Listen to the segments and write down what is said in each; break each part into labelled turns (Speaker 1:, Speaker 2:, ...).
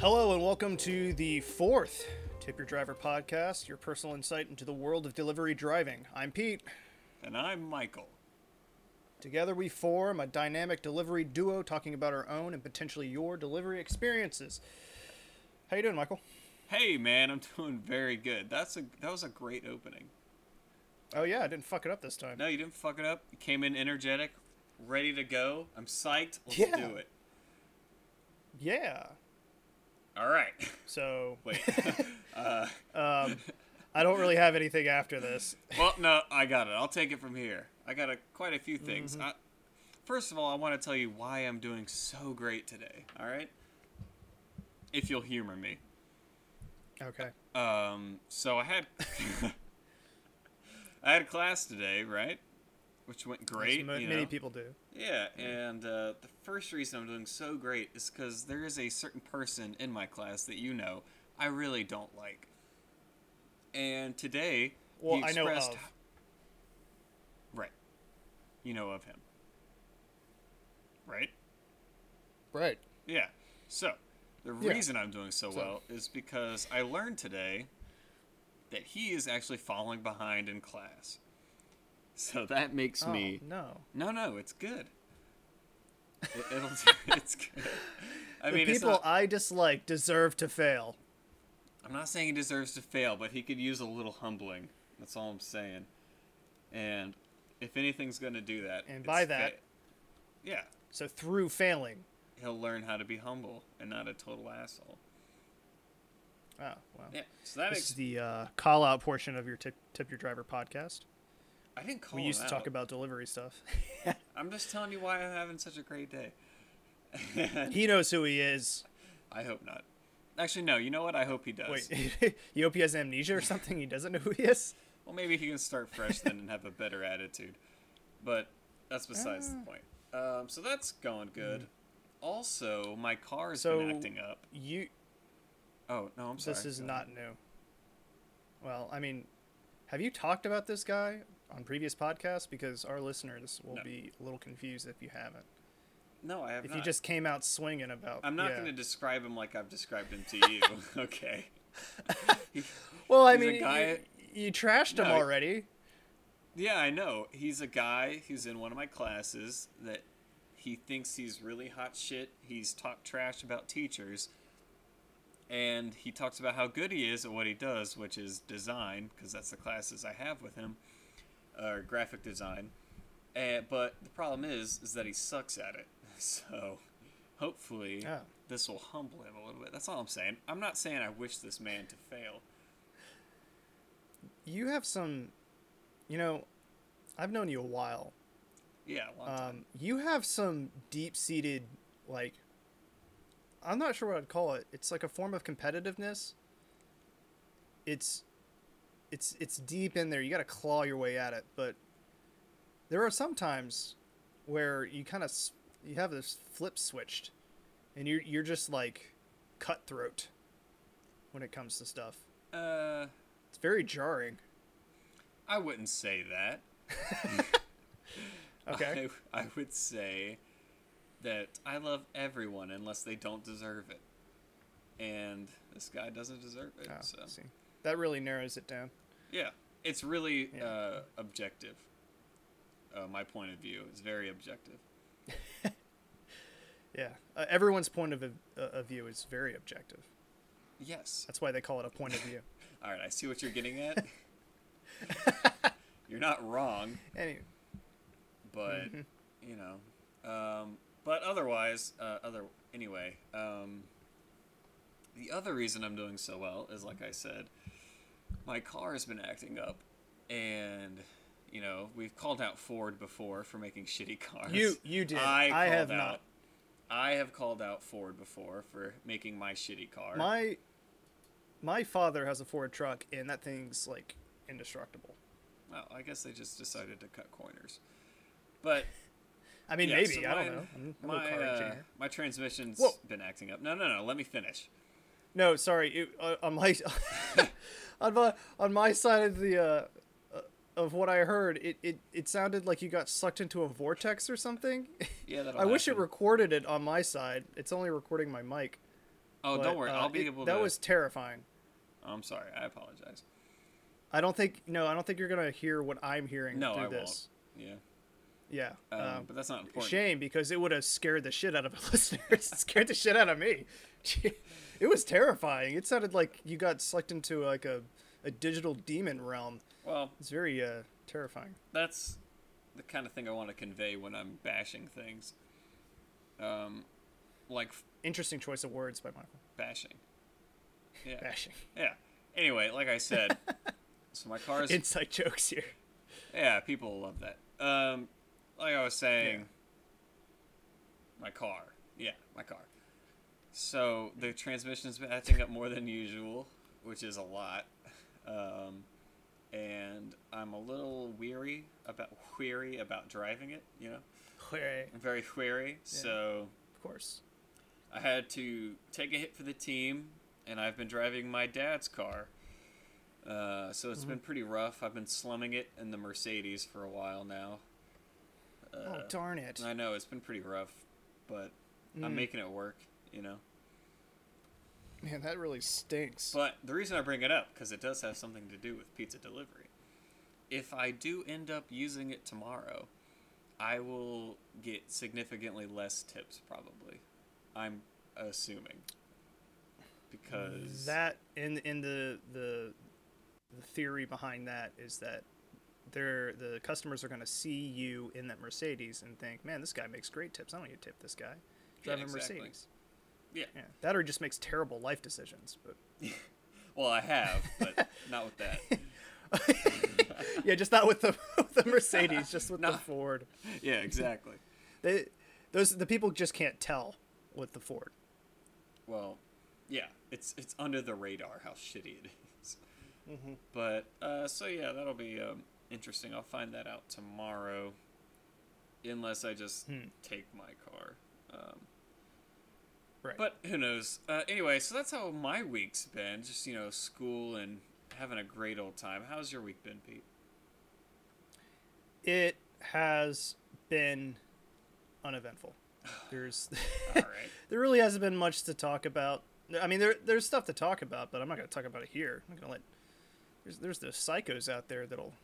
Speaker 1: Hello and welcome to the fourth Tip Your Driver podcast, your personal insight into the world of delivery driving. I'm Pete.
Speaker 2: And I'm Michael.
Speaker 1: Together we form a dynamic delivery duo talking about our own and potentially your delivery experiences. How you doing, Michael?
Speaker 2: Hey man, I'm doing very good. That's a that was a great opening.
Speaker 1: Oh yeah, I didn't fuck it up this time.
Speaker 2: No, you didn't fuck it up. You came in energetic, ready to go. I'm psyched. Let's
Speaker 1: Yeah.
Speaker 2: do it.
Speaker 1: Yeah.
Speaker 2: All right.
Speaker 1: So
Speaker 2: Wait.
Speaker 1: I don't really have anything after this.
Speaker 2: well, no, I got it. I'll take it from here. I got a, quite a few things. I, first of all, I want to tell you why I'm doing so great today. All right? If you'll humor me.
Speaker 1: Okay.
Speaker 2: Um, so I had I had class today, right? Which went great.
Speaker 1: As mo-
Speaker 2: you
Speaker 1: many
Speaker 2: know?
Speaker 1: people do.
Speaker 2: Yeah, and uh, the first reason I'm doing so great is because there is a certain person in my class that you know I really don't like. And today,
Speaker 1: Well,
Speaker 2: he
Speaker 1: I know
Speaker 2: expressed-
Speaker 1: of.
Speaker 2: Right. You know of him. Right?
Speaker 1: Right.
Speaker 2: Yeah. So, the
Speaker 1: Yeah.
Speaker 2: reason I'm doing so,
Speaker 1: So-
Speaker 2: well is because I learned today that he is actually falling behind in class. So that makes
Speaker 1: Oh,
Speaker 2: me
Speaker 1: no.
Speaker 2: no, no, it's good. It, it'll, it's good. I mean,
Speaker 1: the
Speaker 2: it's
Speaker 1: people
Speaker 2: not,
Speaker 1: I dislike deserve to fail.
Speaker 2: I'm not saying he deserves to fail, but he could use a little humbling. That's all I'm saying. And if anything's going to do that,
Speaker 1: And
Speaker 2: it's
Speaker 1: by that-
Speaker 2: fa- yeah,
Speaker 1: So through failing.
Speaker 2: he'll learn how to be humble and not a total asshole.
Speaker 1: Oh, wow.
Speaker 2: Yeah, so that
Speaker 1: This
Speaker 2: ex-
Speaker 1: is the uh, call out portion of your tip, tip your driver podcast.
Speaker 2: I didn't call.
Speaker 1: We
Speaker 2: him
Speaker 1: used to
Speaker 2: out.
Speaker 1: talk about delivery stuff.
Speaker 2: I'm just telling you why I'm having such a great day.
Speaker 1: he knows who he is.
Speaker 2: I hope not. Actually, no. You know what? I hope he does.
Speaker 1: Wait, you hope he has amnesia or something? He doesn't know who he is.
Speaker 2: Well, maybe he can start fresh then and have a better attitude. But that's besides
Speaker 1: Ah.
Speaker 2: the point. Um, so that's going good. Also, my car has
Speaker 1: Mm-hmm. So-
Speaker 2: been acting up.
Speaker 1: You.
Speaker 2: Oh no, I'm sorry.
Speaker 1: This is
Speaker 2: Go
Speaker 1: not new. Well, I mean, have you talked about this guy on previous podcasts? Because our listeners will
Speaker 2: No.
Speaker 1: be a little confused if you haven't.
Speaker 2: ahead. No, I have
Speaker 1: If
Speaker 2: not.
Speaker 1: you just came out swinging about.
Speaker 2: I'm not
Speaker 1: yeah.
Speaker 2: going to describe him like I've described him to you. okay.
Speaker 1: Well, I
Speaker 2: he's a
Speaker 1: mean,
Speaker 2: guy-
Speaker 1: you, you trashed him
Speaker 2: No, he-
Speaker 1: already.
Speaker 2: Yeah, I know. He's a guy who's in one of my classes that he thinks he's really hot shit. He's talked trash about teachers. And he talks about how good he is at what he does, which is design, because that's the classes I have with him, or graphic design. Uh, but the problem is, is that he sucks at it. So hopefully
Speaker 1: Oh.
Speaker 2: this will humble him a little bit. That's all I'm saying. I'm not saying I wish this man to fail.
Speaker 1: You have some. You know, I've known you a while.
Speaker 2: Yeah, a long time.
Speaker 1: Um, you have some deep seated, like, I'm not sure what I'd call it. It's like a form of competitiveness. It's, it's, it's deep in there. You got to claw your way at it. But there are some times where you kind of you have this flip switched, and you're you're just like cutthroat when it comes to stuff.
Speaker 2: Uh,
Speaker 1: It's very jarring.
Speaker 2: I wouldn't say that.
Speaker 1: Okay.
Speaker 2: I, I would say that I love everyone unless they don't deserve it. And this guy doesn't deserve it.
Speaker 1: Oh,
Speaker 2: so,
Speaker 1: see. That really narrows it down.
Speaker 2: yeah. It's really
Speaker 1: Yeah.
Speaker 2: Uh, objective. Uh, my point of view is very objective.
Speaker 1: Yeah. Uh, everyone's point of, uh, of view is very objective.
Speaker 2: Yes.
Speaker 1: That's why they call it a point of view.
Speaker 2: All right. I see what you're getting at. you're not wrong,
Speaker 1: Any
Speaker 2: but, you know. Um, but otherwise, uh, other anyway, um, the other reason I'm doing so well is, like I said, my car has been acting up, and you know we've called out Ford before for making shitty cars.
Speaker 1: You- you did.
Speaker 2: I,
Speaker 1: I
Speaker 2: called
Speaker 1: have
Speaker 2: out,
Speaker 1: not.
Speaker 2: I have called out Ford before for making my shitty car.
Speaker 1: my my father has a Ford truck, and that thing's like indestructible.
Speaker 2: well, I guess they just decided to cut corners, but
Speaker 1: I mean,
Speaker 2: yeah,
Speaker 1: maybe
Speaker 2: so
Speaker 1: I don't
Speaker 2: mine-
Speaker 1: know. I'm, I'm
Speaker 2: my
Speaker 1: a car
Speaker 2: uh,
Speaker 1: engineer.
Speaker 2: my transmission's
Speaker 1: Whoa.
Speaker 2: been acting up. No, no, no. Let me finish.
Speaker 1: No, sorry. It, uh, on my on my on my side of the uh, uh, of what I heard, it, it it sounded like you got sucked into a vortex or something.
Speaker 2: Yeah, that'll
Speaker 1: I wish it
Speaker 2: happen.
Speaker 1: recorded it on my side. It's only recording my mic.
Speaker 2: Oh,
Speaker 1: But,
Speaker 2: don't worry.
Speaker 1: uh,
Speaker 2: I'll be
Speaker 1: it-
Speaker 2: able
Speaker 1: That
Speaker 2: to. Oh,
Speaker 1: was terrifying.
Speaker 2: I'm sorry. I apologize.
Speaker 1: I don't think no, I don't think you're gonna hear what I'm hearing
Speaker 2: No,
Speaker 1: through
Speaker 2: I
Speaker 1: this.
Speaker 2: won't.
Speaker 1: Yeah.
Speaker 2: Yeah. Um,
Speaker 1: um,
Speaker 2: but that's not important.
Speaker 1: shame because it would have scared the shit out of the listeners. it scared the shit out of me. it was terrifying. It sounded like you got sucked into like a, a digital demon realm.
Speaker 2: Well,
Speaker 1: It's very uh, terrifying.
Speaker 2: that's the kind of thing I want to convey when I'm bashing things. Um, like f-
Speaker 1: Interesting choice of words by Michael.
Speaker 2: bashing. Yeah.
Speaker 1: Bashing.
Speaker 2: Yeah. Anyway, like I said, so my car is.
Speaker 1: Inside jokes here.
Speaker 2: yeah, people love that. Um, like I was saying, my car. Yeah, my car. So the transmission's been acting up more than usual, which is a lot. Um, and I'm a little weary about weary about driving it. You know,
Speaker 1: Hooray.
Speaker 2: I'm very weary. So
Speaker 1: Of course.
Speaker 2: I had to take a hit for the team, and I've been driving my dad's car. Uh, so it's been pretty rough. I've been slumming it in the Mercedes for a while now.
Speaker 1: oh darn it.
Speaker 2: Uh, I know it's been pretty rough, but I'm making it work, you know.
Speaker 1: Man, that really stinks.
Speaker 2: But the reason I bring it up because it does have something to do with pizza delivery. If I do end up using it tomorrow, I will get significantly less tips probably. I'm assuming because
Speaker 1: that in in the the the theory behind that is that they're the customers are going to see you in that Mercedes and think, man, this guy makes great tips. I don't need to tip this guy. Drive a
Speaker 2: exactly.
Speaker 1: Mercedes.
Speaker 2: Yeah.
Speaker 1: Yeah, that or just makes terrible life decisions. But
Speaker 2: Well, I have, but not with that.
Speaker 1: yeah, just not with the with the Mercedes, just with
Speaker 2: No.
Speaker 1: the Ford.
Speaker 2: Yeah, exactly.
Speaker 1: They those the people just can't tell with the Ford.
Speaker 2: Well, yeah, it's it's under the radar how shitty it is.
Speaker 1: Mm-hmm.
Speaker 2: But uh, so yeah, that'll be um, interesting. I'll find that out tomorrow, unless I just
Speaker 1: Hmm.
Speaker 2: take my car. Um,
Speaker 1: Right.
Speaker 2: but who knows? Uh, anyway, so that's how my week's been. Just you know, school and having a great old time. How's your week been, Pete?
Speaker 1: it has been uneventful. There's
Speaker 2: All right.
Speaker 1: there really hasn't been much to talk about. I mean, there there's stuff to talk about, but I'm not going to talk about it here. I'm not going to let there's there's those psychos out there that'll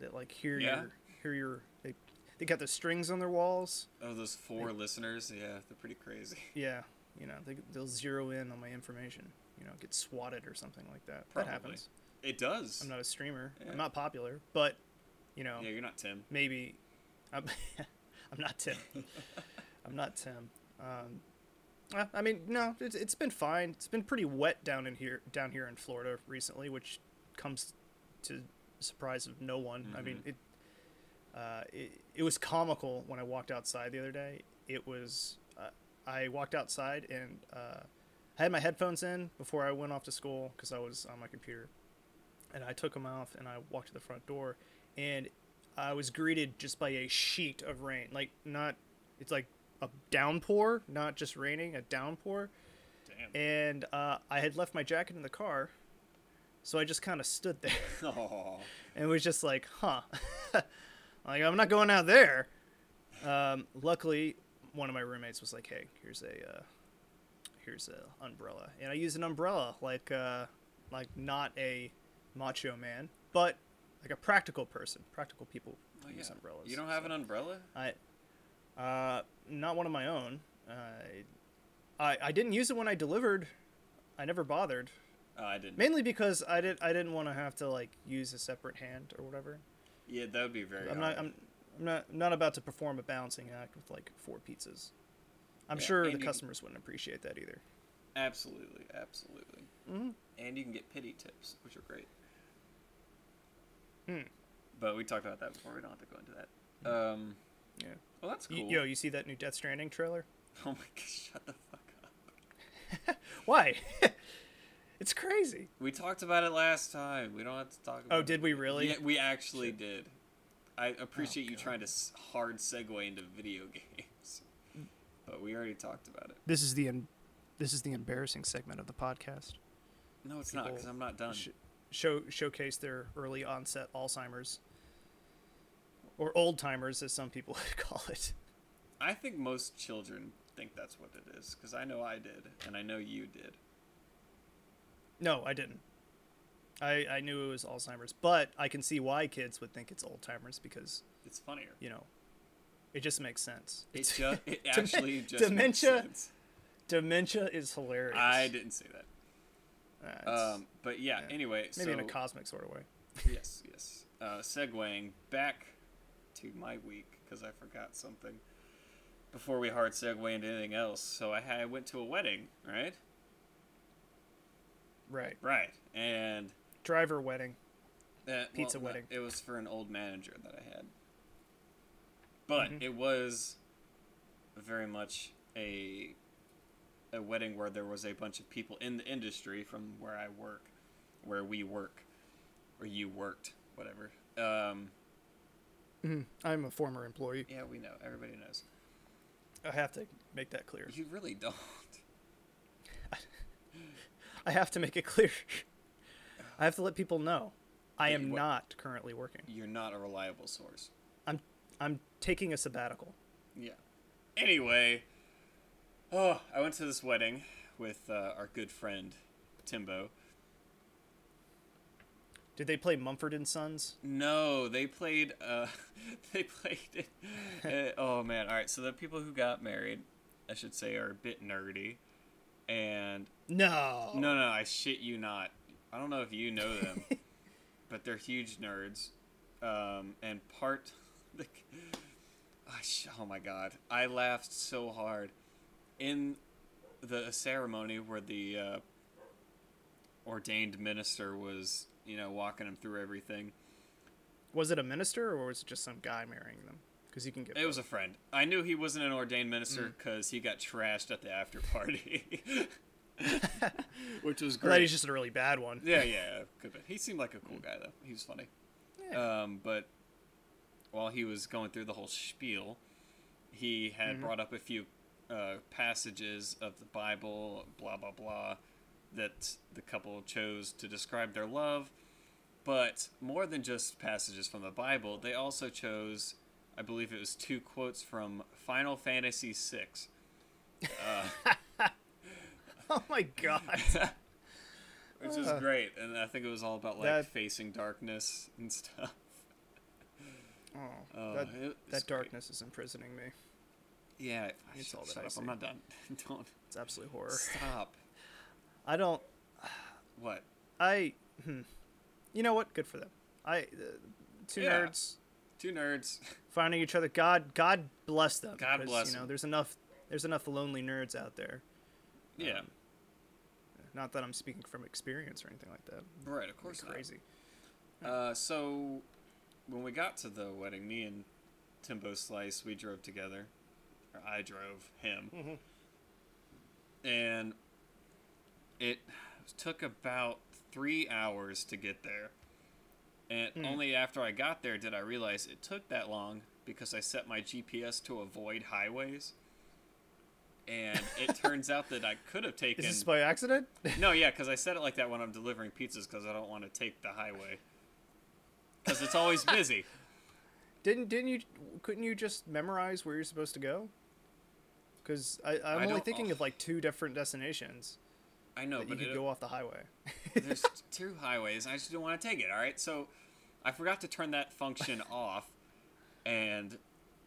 Speaker 1: that like hear
Speaker 2: Yeah.
Speaker 1: your hear your they they got the strings on their walls.
Speaker 2: Oh, those four listeners. Yeah, they're pretty crazy.
Speaker 1: Yeah, you know they they'll zero in on my information. You know, get swatted or something like that.
Speaker 2: Probably.
Speaker 1: That happens.
Speaker 2: It does.
Speaker 1: I'm not a streamer.
Speaker 2: Yeah.
Speaker 1: I'm not popular, but you know
Speaker 2: Yeah, you're not Tim.
Speaker 1: maybe I'm, I'm not Tim. I'm not Tim. Um, I- I mean, no, it's, it's been fine. It's been pretty wet down in here, down here in Florida recently, which comes to surprise of no one. I mean, it, uh, it it was comical when I walked outside the other day. It was uh, I walked outside and uh, I had my headphones in before I went off to school because I was on my computer, and I took them off and I walked to the front door, and I was greeted just by a sheet of rain. Like not, it's like a downpour, not just raining, a downpour.
Speaker 2: Damn.
Speaker 1: And uh, I had left my jacket in the car, so I just kind of stood there
Speaker 2: Oh.
Speaker 1: and was just like, huh. like, I'm not going out there. Um, luckily, one of my roommates was like, hey, here's a, uh, here's a umbrella. And I used an umbrella, like, uh, like not a macho man, but like a practical person. Practical people
Speaker 2: Oh,
Speaker 1: use
Speaker 2: yeah.
Speaker 1: umbrellas.
Speaker 2: You don't have an umbrella?
Speaker 1: I, uh, not one of my own. Uh, I, I didn't use it when I delivered. I never bothered.
Speaker 2: Oh, I didn't.
Speaker 1: Mainly because I did I didn't want to have to like use a separate hand or whatever.
Speaker 2: Yeah, that would be very.
Speaker 1: I'm not
Speaker 2: hard.
Speaker 1: I'm, I'm not I'm not about to perform a balancing act with like four pizzas. I'm
Speaker 2: Yeah,
Speaker 1: sure
Speaker 2: and
Speaker 1: the
Speaker 2: you-
Speaker 1: customers wouldn't appreciate that either.
Speaker 2: Absolutely, absolutely.
Speaker 1: Mm-hmm.
Speaker 2: And you can get pity tips, which are great.
Speaker 1: Hmm.
Speaker 2: But we talked about that before. We don't have to go into that. Um,
Speaker 1: Yeah.
Speaker 2: well, that's
Speaker 1: Y-
Speaker 2: cool.
Speaker 1: Yo, you see that new Death Stranding trailer?
Speaker 2: Oh my god, shut the fuck up.
Speaker 1: Why? it's crazy.
Speaker 2: We talked about it last time. We don't have to talk about
Speaker 1: Oh,
Speaker 2: it.
Speaker 1: did we really? Oh,
Speaker 2: Yeah, we actually did. I appreciate you
Speaker 1: God.
Speaker 2: trying to s- hard segue into video games.
Speaker 1: Mm.
Speaker 2: But we already talked about it.
Speaker 1: This is the en- this is the embarrassing segment of the podcast.
Speaker 2: No, it's not not,
Speaker 1: People
Speaker 2: because I'm not done.
Speaker 1: sh- show showcase their early onset Alzheimer's or old timers as some people call it.
Speaker 2: I think most children think that's what it is because I know I did and I know you did.
Speaker 1: No, I didn't. I, I knew it was Alzheimer's, but I can see why kids would think it's old timers because
Speaker 2: It's funnier.
Speaker 1: you know, it just makes sense.
Speaker 2: It
Speaker 1: It's-
Speaker 2: just it
Speaker 1: Demen-
Speaker 2: actually just
Speaker 1: dementia.
Speaker 2: Makes sense.
Speaker 1: Dementia is hilarious.
Speaker 2: I didn't say that.
Speaker 1: Uh, it's-
Speaker 2: Um, but yeah,
Speaker 1: yeah.
Speaker 2: Anyway,
Speaker 1: maybe in a
Speaker 2: um, so-
Speaker 1: cosmic sort of way.
Speaker 2: yes, yes. Uh, segueing back to my week because I forgot something before we hard segue into anything else. So I, had, I went to a wedding, right?
Speaker 1: Right.
Speaker 2: Right, and
Speaker 1: Driver wedding.
Speaker 2: that
Speaker 1: Pizza
Speaker 2: well,
Speaker 1: wedding.
Speaker 2: It was for an old manager that I had, but
Speaker 1: Mhm.
Speaker 2: it was very much a a wedding where there was a bunch of people in the industry from where I work, where we work, or you worked, whatever. Um,
Speaker 1: I'm a former employee.
Speaker 2: yeah, we know. Everybody knows.
Speaker 1: I have to make that clear.
Speaker 2: You really don't.
Speaker 1: I have to make it clear. I have to let people know I
Speaker 2: That
Speaker 1: am
Speaker 2: you wo-
Speaker 1: not currently working.
Speaker 2: You're not a reliable source.
Speaker 1: I'm I'm taking a sabbatical.
Speaker 2: Yeah. Anyway, oh, I went to this wedding with uh, our good friend Timbo.
Speaker 1: Did they play Mumford and Sons?
Speaker 2: No, they played. Uh, they played it. uh, oh man! All right. So the people who got married, I should say, are a bit nerdy, and
Speaker 1: No.
Speaker 2: No, no, I shit you not. I don't know if you know them, but they're huge nerds. Um, and part, the, I sh- oh my god, I laughed so hard in the ceremony where the uh, ordained minister was, you know, walking them through everything.
Speaker 1: Was it a minister or was it just some guy marrying them? Because you can get.
Speaker 2: It was Mm. a friend. I knew he wasn't an ordained minister because he got trashed at the after party, which was
Speaker 1: I thought
Speaker 2: great.
Speaker 1: he's just a really bad one.
Speaker 2: Yeah, yeah, could be. He seemed like a cool guy though. He was funny.
Speaker 1: Yeah.
Speaker 2: Um, but while he was going through the whole spiel, he had
Speaker 1: Mm-hmm.
Speaker 2: brought up a few uh, passages of the Bible, blah blah blah, that the couple chose to describe their love. But more than just passages from the Bible, they also chose, I believe it was two quotes from Final Fantasy VI.
Speaker 1: Oh my god.
Speaker 2: which is
Speaker 1: Uh.
Speaker 2: great. And I think it was all about like
Speaker 1: That-
Speaker 2: facing darkness and stuff.
Speaker 1: Oh,
Speaker 2: Oh,
Speaker 1: that,
Speaker 2: it was
Speaker 1: that
Speaker 2: great.
Speaker 1: darkness is imprisoning me.
Speaker 2: Yeah, it- I
Speaker 1: It's
Speaker 2: shut,
Speaker 1: all that
Speaker 2: shut
Speaker 1: I
Speaker 2: up. I'm
Speaker 1: see.
Speaker 2: not done. Don't
Speaker 1: It's absolute horror.
Speaker 2: stop.
Speaker 1: I don't.
Speaker 2: What?
Speaker 1: I. Hmm. You know what? Good for them. I. Uh, two
Speaker 2: Yeah.
Speaker 1: nerds
Speaker 2: Two nerds.
Speaker 1: finding each other. God. God bless them.
Speaker 2: God
Speaker 1: 'cause,
Speaker 2: bless
Speaker 1: You know,
Speaker 2: 'em.
Speaker 1: there's enough. There's enough lonely nerds out there.
Speaker 2: Yeah,
Speaker 1: Um, Not that I'm speaking from experience or anything like that.
Speaker 2: right. Of course
Speaker 1: It's
Speaker 2: not.
Speaker 1: crazy.
Speaker 2: Uh, so when we got to the wedding, me and Timbo Slice, we drove together. Or I drove him. And it took about three hours to get there. And only after I got there did I realize it took that long because I set my GPS to avoid highways. And it turns out that I could have taken.
Speaker 1: Is this by accident?
Speaker 2: No, yeah, because I said it like that when I'm delivering pizzas because I don't want to take the highway. Because it's always busy.
Speaker 1: didn't didn't you? Couldn't you just memorize where you're supposed to go? Because I'm
Speaker 2: I
Speaker 1: only
Speaker 2: don't-
Speaker 1: thinking of like two different destinations
Speaker 2: I know,
Speaker 1: that you
Speaker 2: but
Speaker 1: could
Speaker 2: it,
Speaker 1: go off the highway.
Speaker 2: there's two highways. I just don't want to take it. All right, so I forgot to turn that function off, and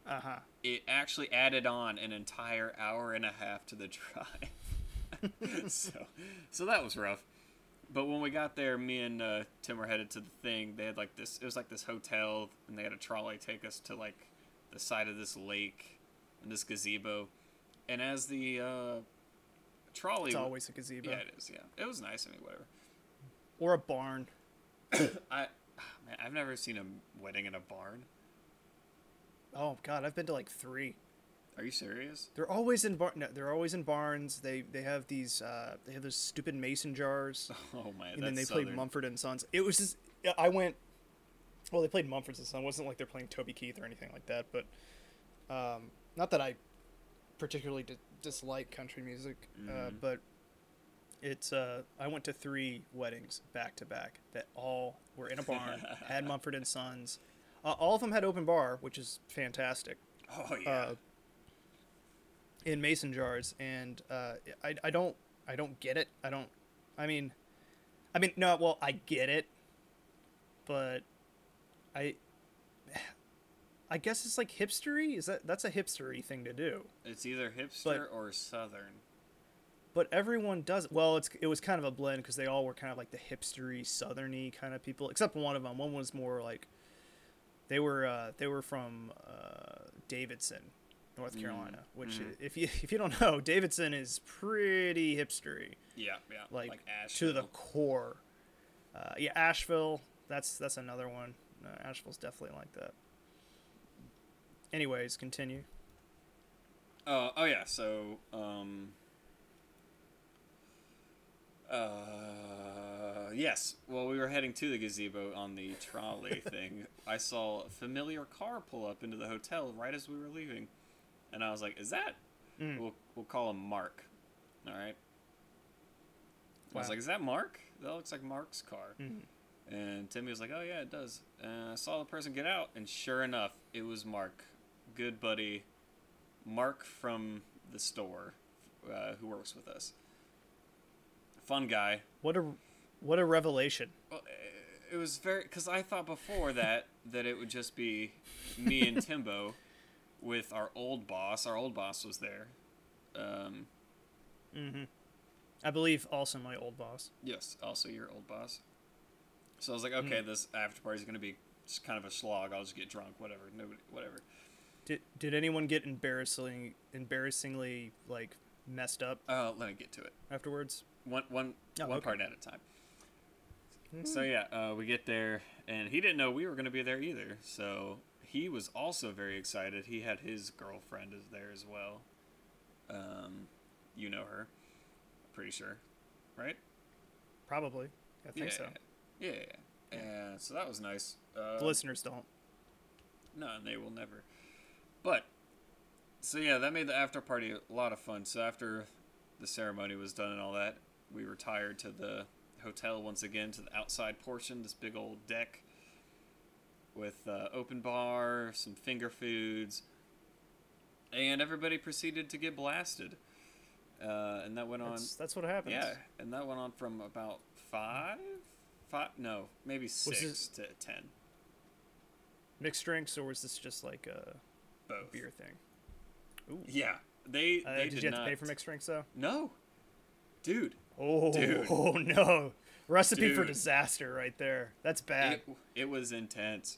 Speaker 1: uh huh.
Speaker 2: it actually added on an entire hour and a half to the drive. so, so that was rough. But when we got there, me and uh, Tim were headed to the thing. They had like this. It was like this hotel, and they had a trolley take us to like the side of this lake and this gazebo. And as the uh, trolley,
Speaker 1: It's always a gazebo
Speaker 2: yeah, it is. Yeah, it was nice. I mean, whatever.
Speaker 1: or a barn.
Speaker 2: I ah, man, I've never seen a wedding in a barn.
Speaker 1: Oh God, I've been to like three.
Speaker 2: Are you serious?
Speaker 1: They're always in barn. No, they're always in barns. They they have these uh, they have those stupid mason jars,
Speaker 2: Oh my!
Speaker 1: and then they
Speaker 2: that's
Speaker 1: play
Speaker 2: Southern.
Speaker 1: Mumford and Sons. It was just I went. Well, they played Mumford and Sons. It wasn't like they're playing Toby Keith or anything like that. But um, not that I particularly di- dislike country music, uh,
Speaker 2: Mm-hmm.
Speaker 1: but it's uh, I went to three weddings back to back that all were in a barn, had Mumford and Sons. Uh, all of them had open bar, which is fantastic.
Speaker 2: Oh yeah.
Speaker 1: Uh, in mason jars, and uh, I I don't I don't get it. I don't. I mean, I mean no. Well, I get it, but I. I guess it's like hipstery. Is that that's a hipstery thing to do?
Speaker 2: It's either hipster
Speaker 1: But-
Speaker 2: or southern.
Speaker 1: But everyone does. it. Well, it's it was kind of a blend because they all were kind of like the hipstery, southerny kind of people, except one of them. One was more like they were uh, they were from uh, Davidson, North Carolina. Which, if you if you don't know, Davidson is pretty hipstery,
Speaker 2: Yeah, yeah.
Speaker 1: like, to
Speaker 2: Asheville.
Speaker 1: the core. Uh, yeah, Asheville. That's that's another one. Uh, Asheville's definitely like that. Anyways, continue.
Speaker 2: Uh, oh yeah, so um, uh, yes. Well, we were heading to the gazebo on the trolley thing. I saw a familiar car pull up into the hotel right as we were leaving, and I was like, "Is that?" We'll we'll call him Mark. All right. I was
Speaker 1: Wow.
Speaker 2: like, "Is that Mark? That looks like Mark's car." And Timmy was like, "Oh yeah, it does." And I saw the person get out, and sure enough, it was Mark, good buddy, Mark from the store, uh, who works with us. Fun guy.
Speaker 1: What a what a revelation.
Speaker 2: Well, it was very because I thought before that that it would just be me and Timbo with our old boss. Our old boss was there. Um,
Speaker 1: I believe also my old boss.
Speaker 2: Yes, also your old boss. So I was like, okay, this after party's gonna be just kind of a slog. I'll just get drunk, whatever. Nobody, whatever.
Speaker 1: Did did anyone get embarrassingly embarrassingly like messed up
Speaker 2: Uh, let me get to it.
Speaker 1: afterwards?
Speaker 2: One, one,
Speaker 1: Oh,
Speaker 2: one
Speaker 1: okay. Hmm.
Speaker 2: part at a time. So yeah, uh, we get there, and he didn't know we were gonna be there either. So he was also very excited. He had his girlfriend is there as well. Um, you know her, pretty sure, right?
Speaker 1: Probably. I think so.
Speaker 2: Yeah, yeah, yeah. Uh, so that was nice. Uh,
Speaker 1: The listeners don't.
Speaker 2: No, and they will never. But so yeah, that made the after party a lot of fun. So after the ceremony was done and all that, we retired to the hotel once again to the outside portion, this big old deck with uh, open bar, some finger foods, and everybody proceeded to get blasted. Uh, and that went on.
Speaker 1: That's, that's what happens.
Speaker 2: Yeah, and that went on from about five, five, no, maybe six to ten.
Speaker 1: Mixed drinks, or was this just like a
Speaker 2: Both.
Speaker 1: beer thing?
Speaker 2: Yeah, they
Speaker 1: Uh,
Speaker 2: they
Speaker 1: did,
Speaker 2: did,
Speaker 1: you have
Speaker 2: not.
Speaker 1: to pay for mixed drinks though?
Speaker 2: No, dude,
Speaker 1: Oh,
Speaker 2: Dude.
Speaker 1: oh no! Recipe for
Speaker 2: Dude.
Speaker 1: disaster right there. That's bad.
Speaker 2: it, it was intense.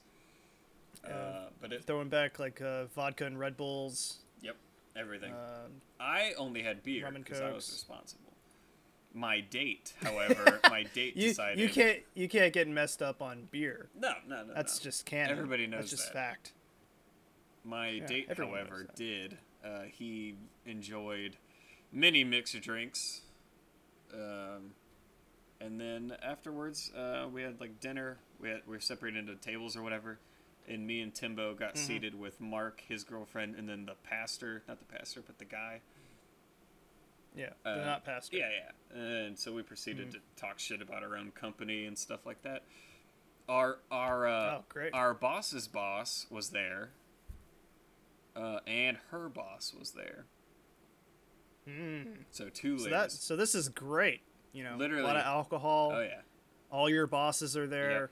Speaker 2: Uh, but it,
Speaker 1: Throwing back like uh, vodka and Red Bulls.
Speaker 2: yep, everything.
Speaker 1: Um,
Speaker 2: I only had beer
Speaker 1: rum and
Speaker 2: because I was
Speaker 1: cokes.
Speaker 2: responsible. My date, however, my date
Speaker 1: you,
Speaker 2: decided.
Speaker 1: you can't you can't get messed up on beer.
Speaker 2: No, no, no.
Speaker 1: That's
Speaker 2: no.
Speaker 1: just canon.
Speaker 2: Everybody knows
Speaker 1: That's just
Speaker 2: that.
Speaker 1: fact.
Speaker 2: My date,
Speaker 1: everyone knows
Speaker 2: however,
Speaker 1: that.
Speaker 2: did. Uh, he enjoyed many mixed drinks. Um, and then afterwards, uh, we had like dinner. We, had, we were separated into tables or whatever. And me and Timbo got
Speaker 1: Mm-hmm.
Speaker 2: seated with Mark, his girlfriend, and then the pastor. Not the pastor, but the guy.
Speaker 1: Yeah,
Speaker 2: Uh,
Speaker 1: they're not pastor.
Speaker 2: Yeah, yeah. And so we proceeded
Speaker 1: Hmm.
Speaker 2: to talk shit about our own company and stuff like that. Our our uh,
Speaker 1: Oh, great.
Speaker 2: our boss's boss was there, uh, and her boss was there. So two
Speaker 1: Hmm. So
Speaker 2: ladies.
Speaker 1: that so this is great. You know, a lot
Speaker 2: Literally.
Speaker 1: of alcohol.
Speaker 2: oh yeah.
Speaker 1: All your bosses are there.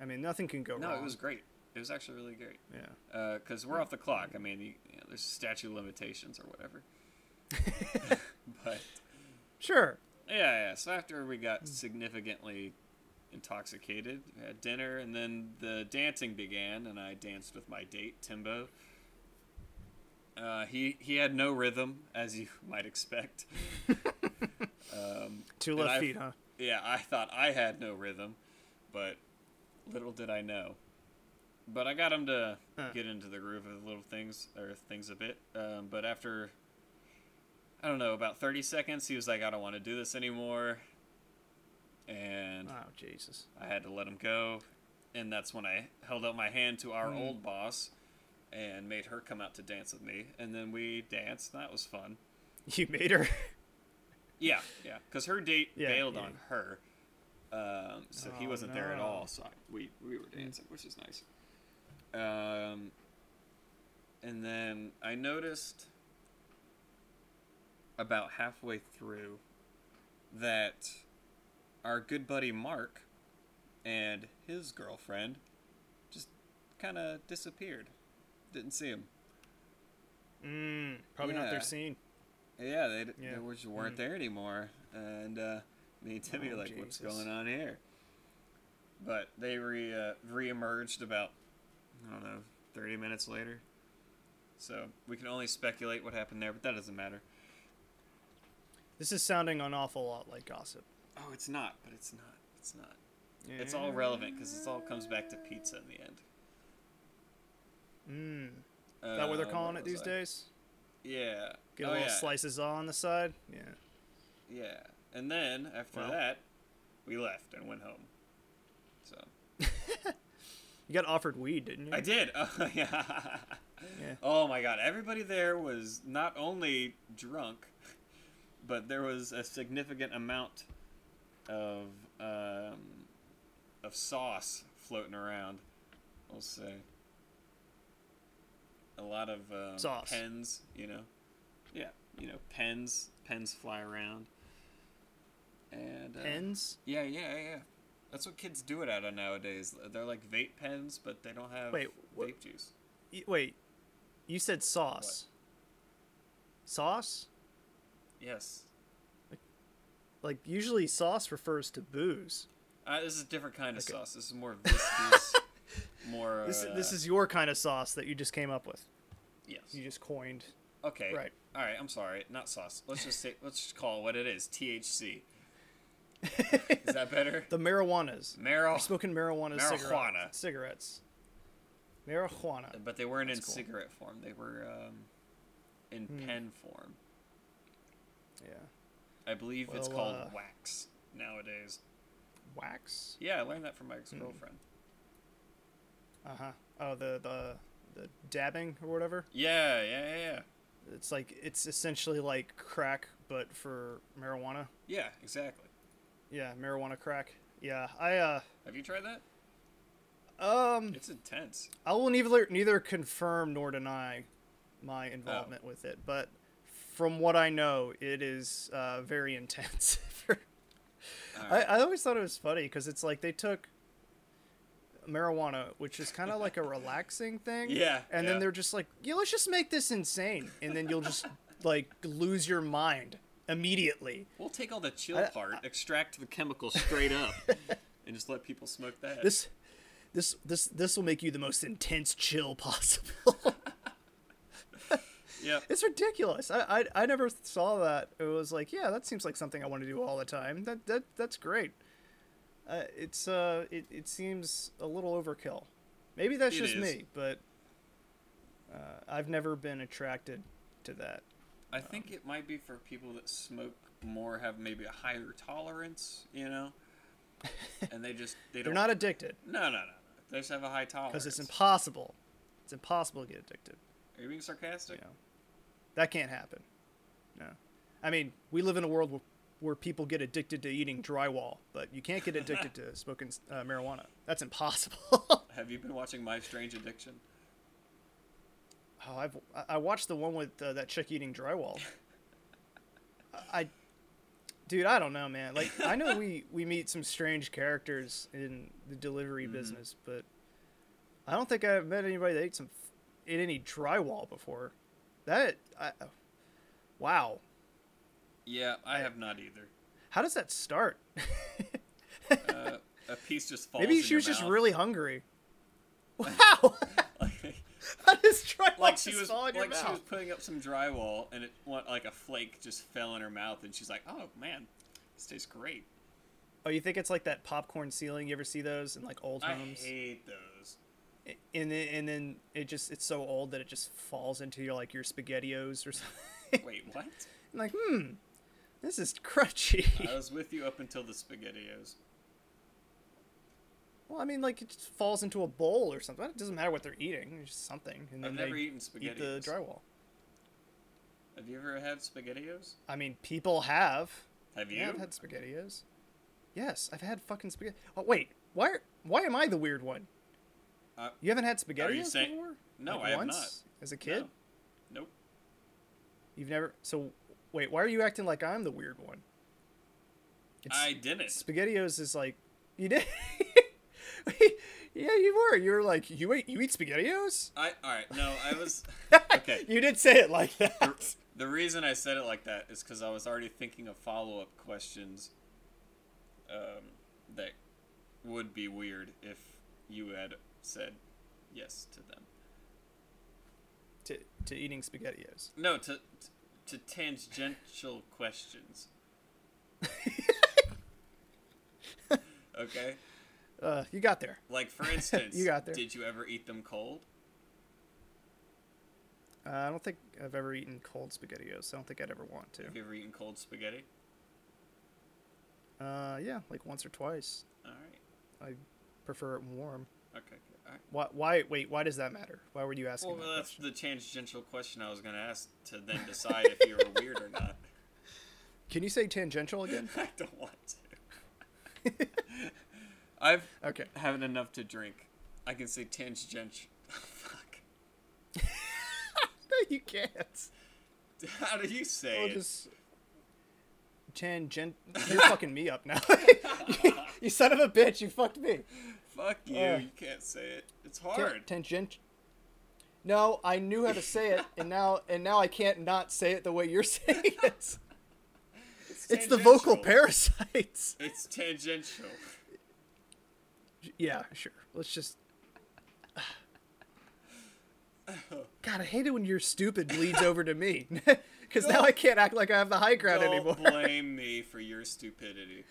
Speaker 1: I mean, nothing can go
Speaker 2: No,
Speaker 1: wrong.
Speaker 2: it was great. It was actually really great.
Speaker 1: yeah.
Speaker 2: because we're off the clock. I mean, you, you know, there's statute of limitations or whatever. but
Speaker 1: Sure.
Speaker 2: Yeah, yeah. So after we got significantly intoxicated, we had dinner, and then the dancing began, and I danced with my date, Timbo. Uh, he he had no rhythm, as you might expect.
Speaker 1: Two
Speaker 2: And
Speaker 1: left
Speaker 2: I-
Speaker 1: feet, huh?
Speaker 2: Yeah, I thought I had no rhythm, but little did I know. But I got him to get into the groove of little things or things a bit. Um, but after, I don't know, about 30 seconds, he was like, I don't want to do this anymore. And
Speaker 1: Oh Jesus.
Speaker 2: I had to let him go. And that's when I held out my hand to our old boss and made her come out to dance with me. And then we danced. and That was fun.
Speaker 1: You made her.
Speaker 2: Yeah, yeah, because her date
Speaker 1: Yeah,
Speaker 2: bailed
Speaker 1: yeah.
Speaker 2: on her, um, so he
Speaker 1: Oh,
Speaker 2: wasn't there at
Speaker 1: no.
Speaker 2: all. So I, we we were dancing, which is nice. Um, and then I noticed about halfway through that our good buddy Mark and his girlfriend just kind of disappeared. Didn't see him.
Speaker 1: Mm, probably not
Speaker 2: Yeah.
Speaker 1: their scene.
Speaker 2: Yeah, they, d
Speaker 1: Yeah.
Speaker 2: they were- just weren't
Speaker 1: Mhm.
Speaker 2: there anymore. And uh, me and Timmy
Speaker 1: Oh,
Speaker 2: were like, what's
Speaker 1: Jesus.
Speaker 2: going on here? But they re uh, reemerged about I don't know thirty minutes later. So we can only speculate what happened there, but that doesn't matter.
Speaker 1: This is sounding an awful lot like gossip.
Speaker 2: Oh, it's not, but it's not. It's not. It's all relevant because it all comes back to pizza in the end.
Speaker 1: Mm. Is
Speaker 2: Uh,
Speaker 1: that what they're
Speaker 2: where
Speaker 1: calling it
Speaker 2: was
Speaker 1: these
Speaker 2: I?
Speaker 1: days?
Speaker 2: Yeah.
Speaker 1: Get a
Speaker 2: oh,
Speaker 1: little
Speaker 2: yeah.
Speaker 1: slices on the side. Yeah.
Speaker 2: Yeah. And then after
Speaker 1: Well.
Speaker 2: that, we left and went home. So
Speaker 1: You got offered weed, didn't you?
Speaker 2: I did. Oh, yeah.
Speaker 1: Yeah.
Speaker 2: Oh my god! Everybody there was not only drunk, but there was a significant amount of um, of sauce floating around. We'll say a lot of um,
Speaker 1: Sauce.
Speaker 2: pens. You know, yeah, you know pens. Pens fly around. And uh,
Speaker 1: Pens.
Speaker 2: Yeah, yeah, yeah. That's what kids do it out of nowadays. They're like vape pens, but they don't have
Speaker 1: Wait, wha-
Speaker 2: vape juice.
Speaker 1: Y- wait, you said sauce. Sauce?
Speaker 2: Yes.
Speaker 1: Like usually sauce refers to booze.
Speaker 2: Uh, this is a different kind of
Speaker 1: Okay.
Speaker 2: sauce. This is more viscous, more.
Speaker 1: This
Speaker 2: uh,
Speaker 1: is, this is your kind of sauce that you just came up with.
Speaker 2: yes.
Speaker 1: You just coined.
Speaker 2: Okay.
Speaker 1: right.
Speaker 2: All right. I'm sorry. Not sauce. Let's just say. Let's just call it what it is. THC. Is
Speaker 1: the
Speaker 2: that better?
Speaker 1: marijuanas.
Speaker 2: Marrow.
Speaker 1: You're smoking marijuana,
Speaker 2: Marijuana.
Speaker 1: cigarettes. cigarettes. Marijuana.
Speaker 2: But they weren't in
Speaker 1: That's cool. Hmm.
Speaker 2: cigarette form. They were um, in pen form.
Speaker 1: Yeah.
Speaker 2: I believe it's
Speaker 1: Well,
Speaker 2: called
Speaker 1: uh,
Speaker 2: wax nowadays.
Speaker 1: Wax.
Speaker 2: Yeah, I learned that from my ex-girlfriend.
Speaker 1: Hmm. Uh huh. Oh, the the the dabbing or whatever.
Speaker 2: Yeah, yeah, yeah, yeah.
Speaker 1: It's like it's essentially like crack, but for marijuana.
Speaker 2: Yeah, exactly.
Speaker 1: Yeah, marijuana crack. Yeah, I uh
Speaker 2: Have you tried that?
Speaker 1: um
Speaker 2: It's intense.
Speaker 1: I will neither neither confirm nor deny my
Speaker 2: Oh.
Speaker 1: involvement with it, but from what I know, it is uh, very intense.
Speaker 2: All
Speaker 1: I,
Speaker 2: right.
Speaker 1: I always thought it was funny because it's like they took marijuana, which is kind of like a relaxing thing.
Speaker 2: Yeah,
Speaker 1: And
Speaker 2: yeah.
Speaker 1: then they're just like, yeah, let's just make this insane. And then you'll just like lose your mind immediately.
Speaker 2: We'll take all the chill
Speaker 1: I-
Speaker 2: part, extract the chemical straight up, and just let people smoke that.
Speaker 1: This. This, this this will make you the most intense chill possible.
Speaker 2: yeah,
Speaker 1: it's ridiculous. I, I I never saw that. It was like, yeah, that seems like something I want to do all the time. That that that's great. Uh, it's uh, it it seems a little overkill. Maybe that's
Speaker 2: It
Speaker 1: just
Speaker 2: is.
Speaker 1: me, but uh, I've never been attracted to that.
Speaker 2: I think it might be for people that smoke more, have maybe a higher tolerance, you know, and they just they
Speaker 1: They're
Speaker 2: don't.
Speaker 1: not addicted
Speaker 2: no, no, no, no. They just have a high tolerance.
Speaker 1: because it's impossible. It's impossible to get addicted.
Speaker 2: Are you being sarcastic?
Speaker 1: Yeah. That can't happen. No, I mean we live in a world where, where people get addicted to eating drywall, but you can't get addicted to smoking uh, marijuana. That's impossible.
Speaker 2: Have you been watching My Strange Addiction?
Speaker 1: Oh, I've I- I watched the one with uh, that chick eating drywall. I, I- dude, I don't know, man. Like I know we we meet some strange characters in the delivery business, but I don't think I've met anybody that ate some f- ate any drywall before. That I, wow,
Speaker 2: Yeah, I, have not either.
Speaker 1: how does that start?
Speaker 2: Uh, a piece just falls.
Speaker 1: Maybe
Speaker 2: in
Speaker 1: she
Speaker 2: your
Speaker 1: was just
Speaker 2: mouth.
Speaker 1: really hungry. Wow, how does drywall
Speaker 2: like she
Speaker 1: just
Speaker 2: was
Speaker 1: fall in
Speaker 2: like
Speaker 1: your
Speaker 2: she was
Speaker 1: mouth?
Speaker 2: putting up some drywall and it went like a flake just fell in her mouth and she's like oh man this tastes great
Speaker 1: Oh, you think it's like that popcorn ceiling? You ever see those in like old
Speaker 2: i
Speaker 1: homes?
Speaker 2: hate those
Speaker 1: and then, and then it just it's so old that it just falls into your like your spaghettios or something.
Speaker 2: wait what
Speaker 1: I'm like, hmm, this is crunchy.
Speaker 2: i was with you up until the spaghettios
Speaker 1: well, I mean, like it just falls into a bowl or something. It doesn't matter what they're eating; it's just something. And then
Speaker 2: i've
Speaker 1: they
Speaker 2: never eaten
Speaker 1: eat the
Speaker 2: spaghettios
Speaker 1: drywall.
Speaker 2: have you ever had spaghettios
Speaker 1: I mean, people have.
Speaker 2: have you
Speaker 1: Yeah, I've had spaghettios. Yes, I've had fucking spaghetti. Oh wait, why? Are, why am I the weird one?
Speaker 2: Uh,
Speaker 1: you haven't had spaghettios
Speaker 2: saying-
Speaker 1: before?
Speaker 2: No,
Speaker 1: Like,
Speaker 2: I have
Speaker 1: once
Speaker 2: not.
Speaker 1: As a kid,
Speaker 2: No. nope
Speaker 1: you've never. So, Wait, why are you acting like I'm the weird one? It's,
Speaker 2: I didn't.
Speaker 1: SpaghettiOs is like you did. yeah, you were. You were like you eat you eat SpaghettiOs.
Speaker 2: I all right. No, I was okay.
Speaker 1: You did say it like that.
Speaker 2: The reason I said it like that is because I was already thinking of follow up questions um, that would be weird if you had said yes to them.
Speaker 1: to to eating SpaghettiOs.
Speaker 2: No, to, to tangential questions. Okay?
Speaker 1: Uh, you got there.
Speaker 2: Like, for instance,
Speaker 1: You got there.
Speaker 2: did you ever eat them cold?
Speaker 1: Uh, I don't think I've ever eaten cold SpaghettiOs. I don't think I'd ever want to.
Speaker 2: Have you ever eaten cold spaghetti?
Speaker 1: Uh, yeah, like once or twice.
Speaker 2: All
Speaker 1: I prefer it warm.
Speaker 2: right. Okay. good. All right.
Speaker 1: Why? Why? Wait. Why does that matter? Why were you asking
Speaker 2: Well,
Speaker 1: that
Speaker 2: that's
Speaker 1: question?
Speaker 2: the tangential question I was going to ask to then decide if you were weird or not.
Speaker 1: Can you say tangential again?
Speaker 2: I don't want to. I've
Speaker 1: Okay.
Speaker 2: having enough to drink. I can say tangential. Fuck.
Speaker 1: no, you can't.
Speaker 2: How do you say
Speaker 1: We'll
Speaker 2: it?
Speaker 1: just tangent. You're fucking me up now. you son of a bitch. You fucked me.
Speaker 2: Fuck you.
Speaker 1: Uh,
Speaker 2: you can't say it. It's
Speaker 1: Tan-
Speaker 2: hard.
Speaker 1: tangent. No, I knew how to say it, and now and now I can't not say it the way you're saying it. It's the vocal
Speaker 2: tangential.
Speaker 1: parasites.
Speaker 2: It's tangential.
Speaker 1: Yeah, sure. Let's just. God, I hate it when your stupid leads over to me, because now I can't act like I have the high ground
Speaker 2: Don't
Speaker 1: anymore.
Speaker 2: blame me for your stupidity.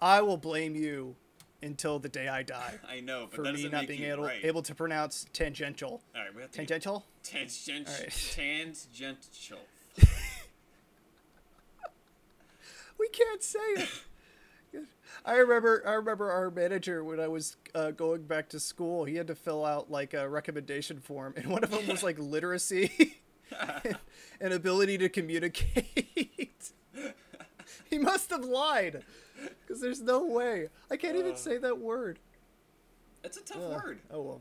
Speaker 1: I will blame you until the day I die
Speaker 2: I know, but
Speaker 1: for
Speaker 2: that
Speaker 1: me
Speaker 2: doesn't
Speaker 1: not
Speaker 2: make
Speaker 1: being
Speaker 2: you
Speaker 1: able
Speaker 2: right.
Speaker 1: able to pronounce tangential.
Speaker 2: All right, we have to get
Speaker 1: Tangential.
Speaker 2: tangential.
Speaker 1: All right.
Speaker 2: Tangential.
Speaker 1: We can't say it. I remember, I remember our manager when I was uh, going back to school. He had to fill out like a recommendation form, and one of them was like literacy and ability to communicate. he must have lied, because there's no way I can't even say that word.
Speaker 2: It's a tough
Speaker 1: Ugh.
Speaker 2: Uh, word.
Speaker 1: Oh well.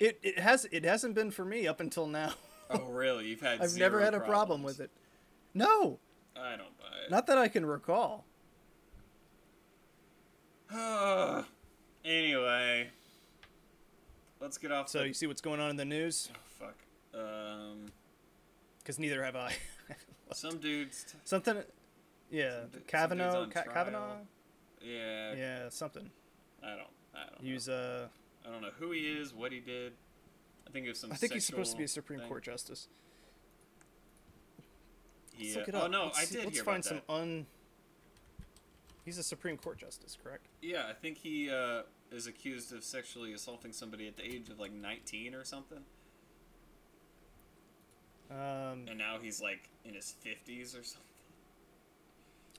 Speaker 1: It it has it hasn't been for me up until now.
Speaker 2: Oh, really? You've had.
Speaker 1: I've never
Speaker 2: zero
Speaker 1: had a problem
Speaker 2: problems.
Speaker 1: with it. No,
Speaker 2: I don't buy it.
Speaker 1: not that I can recall.
Speaker 2: Ugh. anyway, let's get off.
Speaker 1: So
Speaker 2: the...
Speaker 1: you see what's going on in the news.
Speaker 2: Oh, fuck. Um,
Speaker 1: because neither have I.
Speaker 2: some dudes.
Speaker 1: something, yeah,
Speaker 2: Some du- some dude's
Speaker 1: Kavanaugh,
Speaker 2: on
Speaker 1: Ka-
Speaker 2: trial. Uh-huh.
Speaker 1: Kavanaugh,
Speaker 2: Yeah,
Speaker 1: yeah, something.
Speaker 2: I don't. I don't.
Speaker 1: He's uh,
Speaker 2: know. I don't know who he is, what he did. I think it was some.
Speaker 1: I think he's supposed to be a
Speaker 2: sexual
Speaker 1: Supreme
Speaker 2: thing.
Speaker 1: Court justice.
Speaker 2: He,
Speaker 1: Let's
Speaker 2: uh,
Speaker 1: look it
Speaker 2: oh
Speaker 1: up.
Speaker 2: no,
Speaker 1: let's
Speaker 2: I
Speaker 1: see-
Speaker 2: did
Speaker 1: Let's
Speaker 2: hear
Speaker 1: find
Speaker 2: about
Speaker 1: some
Speaker 2: that.
Speaker 1: un. He's a Supreme Court justice, correct?
Speaker 2: Yeah, I think he uh, is accused of sexually assaulting somebody at the age of like 19 or something,
Speaker 1: Um,
Speaker 2: and now he's like in his 50s or something.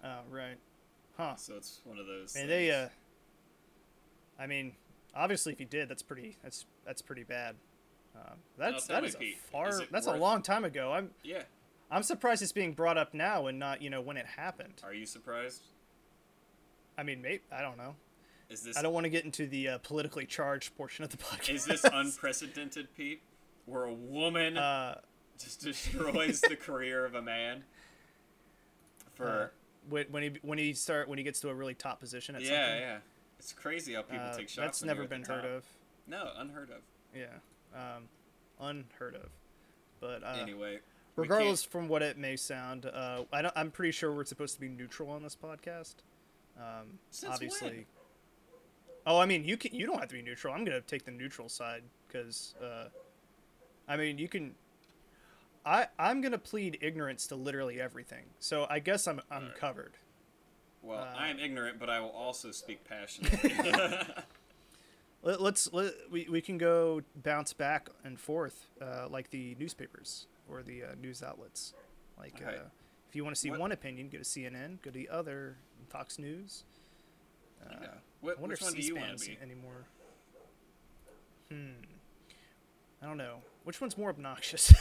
Speaker 1: oh, right, huh?
Speaker 2: So it's one of those.
Speaker 1: And they, uh,
Speaker 2: things.
Speaker 1: I mean, obviously, if he did, that's pretty. That's that's pretty bad. Um, that's
Speaker 2: tell
Speaker 1: that
Speaker 2: me,
Speaker 1: is a
Speaker 2: Pete, is
Speaker 1: far.
Speaker 2: it
Speaker 1: that's a
Speaker 2: worth-
Speaker 1: long time ago. I'm
Speaker 2: Yeah.
Speaker 1: I'm surprised it's being brought up now and not you know when it happened.
Speaker 2: Are you surprised?
Speaker 1: I mean, maybe I don't know.
Speaker 2: Is this
Speaker 1: I don't want to get into the uh, politically charged portion of the podcast.
Speaker 2: is this unprecedented, Pete? Where a woman
Speaker 1: uh,
Speaker 2: just destroys the career of a man for
Speaker 1: uh, when, when he when he start when he gets to a really top position at
Speaker 2: yeah
Speaker 1: something?
Speaker 2: yeah it's crazy how people
Speaker 1: Uh,
Speaker 2: take shots
Speaker 1: that's
Speaker 2: when you're
Speaker 1: never
Speaker 2: at the
Speaker 1: been heard
Speaker 2: top.
Speaker 1: of.
Speaker 2: no unheard of
Speaker 1: Yeah, um, unheard of. But uh,
Speaker 2: anyway we can't-
Speaker 1: regardless from what it may sound, uh, I don't, I'm pretty sure we're supposed to be neutral on this podcast. Um,
Speaker 2: Since
Speaker 1: obviously.
Speaker 2: when?
Speaker 1: Oh, I mean, you can you don't have to be neutral. I'm gonna take the neutral side because, uh, I mean, you can. I I'm gonna plead ignorance to literally everything, so I guess I'm I'm
Speaker 2: Alright.
Speaker 1: covered.
Speaker 2: well
Speaker 1: Uh,
Speaker 2: i am ignorant but i will also speak passionately
Speaker 1: Let, let's let, we we can go bounce back and forth uh, like the newspapers or the uh, news outlets. Like
Speaker 2: Alright.
Speaker 1: uh, if you want to see
Speaker 2: What-
Speaker 1: one opinion, go to CNN. Go to the other Fox News.
Speaker 2: yeah. Wh-
Speaker 1: Uh, I wonder
Speaker 2: which
Speaker 1: if
Speaker 2: one do you want
Speaker 1: C-SPAN's
Speaker 2: to be
Speaker 1: anymore. Hmm. I don't know. Which one's more obnoxious?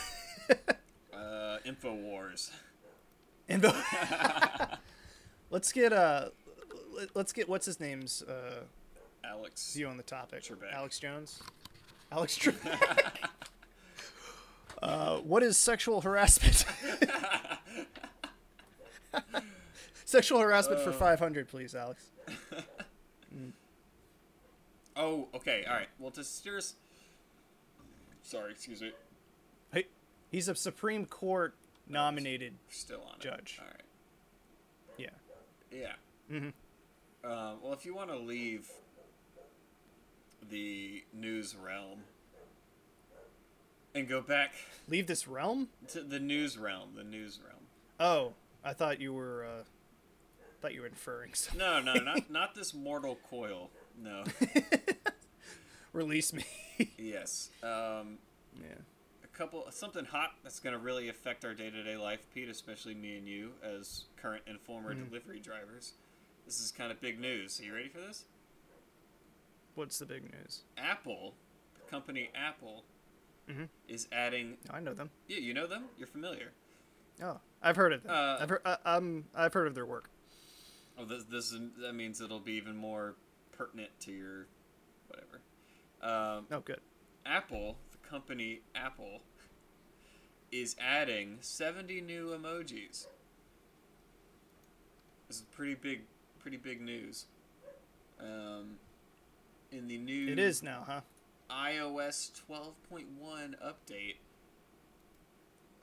Speaker 2: uh infowars
Speaker 1: Info. let's get uh, let- let's get what's his name's uh
Speaker 2: alex
Speaker 1: view on the topic.
Speaker 2: Trebek.
Speaker 1: Alex Jones. Alex Trebek. Uh, what is sexual harassment? sexual harassment
Speaker 2: Uh.
Speaker 1: for 500, please, Alex.
Speaker 2: Oh, okay, all right. Well, to steer us. Sorry, excuse me.
Speaker 1: Hey. He's a Supreme Court nominated.
Speaker 2: We're still on it.
Speaker 1: Judge.
Speaker 2: All right.
Speaker 1: Yeah.
Speaker 2: Yeah. Mm-hmm. Uh, well, if you want to leave the news realm and go back
Speaker 1: Leave this realm?
Speaker 2: to the news realm, the news realm.
Speaker 1: Oh, I thought you were. Uh, thought you were inferring something.
Speaker 2: No, no, not not this mortal coil. No.
Speaker 1: Release me.
Speaker 2: yes. Um,
Speaker 1: yeah.
Speaker 2: a couple something hot that's going to really affect our day-to-day life pete especially me and you as current and former delivery drivers this is kind of big news are you ready for this
Speaker 1: What's the big news?
Speaker 2: apple the company apple
Speaker 1: Mhm.
Speaker 2: is adding
Speaker 1: No, I know them.
Speaker 2: yeah you know them you're familiar
Speaker 1: Oh, I've heard of them.
Speaker 2: Uh,
Speaker 1: I've heard, I, um, I've heard of their work.
Speaker 2: oh this, this is, that means it'll be even more pertinent to your whatever um,
Speaker 1: Oh, good.
Speaker 2: apple the company apple is adding 70 new emojis this is pretty big pretty big news um, in the new
Speaker 1: It is now, huh?
Speaker 2: ios 12.1 update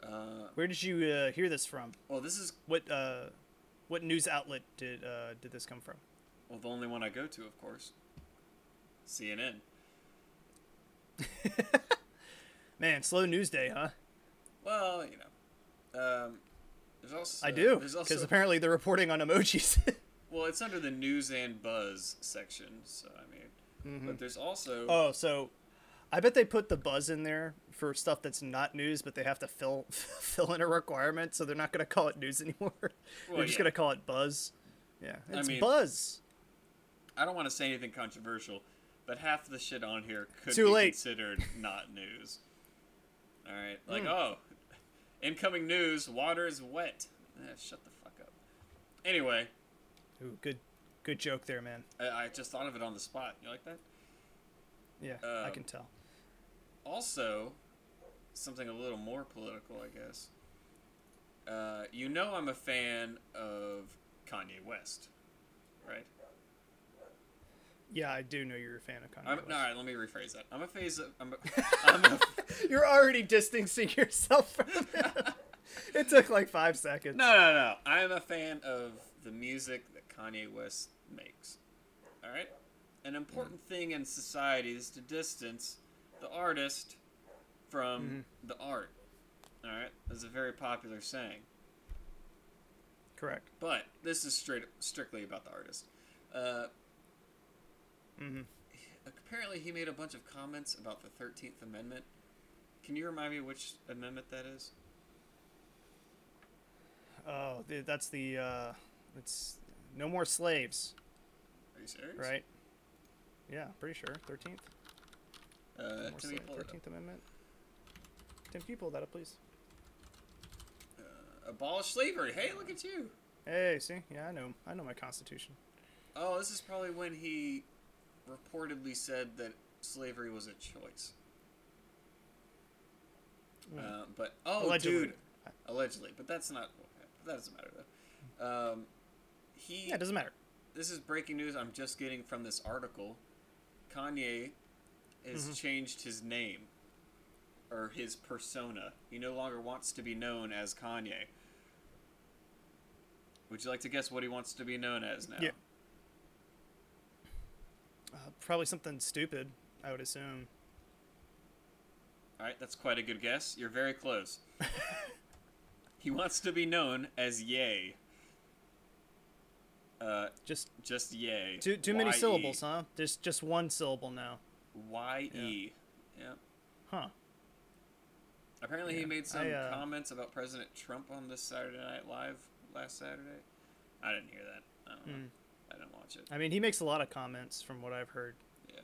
Speaker 2: uh,
Speaker 1: Where did you uh, hear this from?
Speaker 2: well this is
Speaker 1: What uh, what news outlet did uh, did this come from?
Speaker 2: well the only one i go to of course cnn
Speaker 1: Man, slow news day, huh?
Speaker 2: well you know um, there's also
Speaker 1: I do
Speaker 2: there's
Speaker 1: because
Speaker 2: also
Speaker 1: apparently they're reporting on emojis.
Speaker 2: Well, it's under the news and buzz section, so I mean,
Speaker 1: Mm-hmm.
Speaker 2: but there's also
Speaker 1: oh, so I bet they put the buzz in there for stuff that's not news, but they have to fill fill in a requirement, so they're not gonna call it news anymore.
Speaker 2: Well,
Speaker 1: they're just
Speaker 2: yeah.
Speaker 1: gonna call it buzz. Yeah,
Speaker 2: I
Speaker 1: it's
Speaker 2: mean-
Speaker 1: buzz.
Speaker 2: I don't want to say anything controversial, but half the shit on here could
Speaker 1: Too
Speaker 2: be
Speaker 1: late.
Speaker 2: considered not news. All right,
Speaker 1: Hmm.
Speaker 2: like oh, incoming news: water is wet. Eh, shut the fuck up. Anyway,
Speaker 1: Ooh, good good joke there, man.
Speaker 2: I, I just thought of it on the spot. You like that?
Speaker 1: Yeah, I
Speaker 2: Um,
Speaker 1: can tell.
Speaker 2: Also, something a little more political, I guess. Uh, you know, I'm a fan of Kanye West, right?
Speaker 1: Yeah, I do know you're a fan of Kanye.
Speaker 2: I'm,
Speaker 1: West.
Speaker 2: all right, let me rephrase that. I'm a phase. Of, I'm, a, I'm a,
Speaker 1: You're already distancing yourself from him. it took like five seconds.
Speaker 2: no, no, no. I'm a fan of the music that Kanye West makes. All right. An important
Speaker 1: Mm-hmm.
Speaker 2: thing in society is to distance the artist from
Speaker 1: Mm-hmm.
Speaker 2: the art. All right, that's a very popular saying.
Speaker 1: Correct.
Speaker 2: But this is straight strictly about the artist. Uh,
Speaker 1: Mhm.
Speaker 2: Apparently, he made a bunch of comments about the Thirteenth Amendment. Can you remind me which amendment that is?
Speaker 1: Oh, th- that's the. Uh, it's no more slaves,
Speaker 2: Are you serious?
Speaker 1: right? Yeah, pretty sure. Thirteenth.
Speaker 2: Uh,
Speaker 1: more
Speaker 2: to me,
Speaker 1: slave.
Speaker 2: pull it up.
Speaker 1: Thirteenth Amendment. Tim, people that up, please.
Speaker 2: abolish slavery. Hey, look at you.
Speaker 1: Hey, see, yeah, I know, I know my Constitution.
Speaker 2: Oh, this is probably when he reportedly said that slavery was a choice. Uh, but oh,
Speaker 1: Hmm. Allegedly.
Speaker 2: dude, allegedly, but that's not. That doesn't matter though. Um, he.
Speaker 1: Yeah, it doesn't matter.
Speaker 2: this is breaking news. I'm just getting from this article. Kanye has
Speaker 1: Mm-hmm.
Speaker 2: changed his name or his persona. He no longer wants to be known as Kanye. Would you like to guess what he wants to be known as now?
Speaker 1: Yeah. Uh, probably something stupid, I would assume.
Speaker 2: All right, that's quite a good guess. You're very close. he wants to be known as Yay. Uh,
Speaker 1: Just
Speaker 2: just Yay.
Speaker 1: too too many
Speaker 2: Y E.
Speaker 1: syllables, huh? There's just one syllable now,
Speaker 2: Y E. yeah.
Speaker 1: huh?
Speaker 2: Apparently, he
Speaker 1: Yeah,
Speaker 2: made some
Speaker 1: I, uh,
Speaker 2: comments about President Trump on this Saturday Night Live last Saturday. I didn't hear that. I don't know.
Speaker 1: Hmm.
Speaker 2: I didn't watch it.
Speaker 1: I mean, he makes a lot of comments from what I've heard.
Speaker 2: Yeah.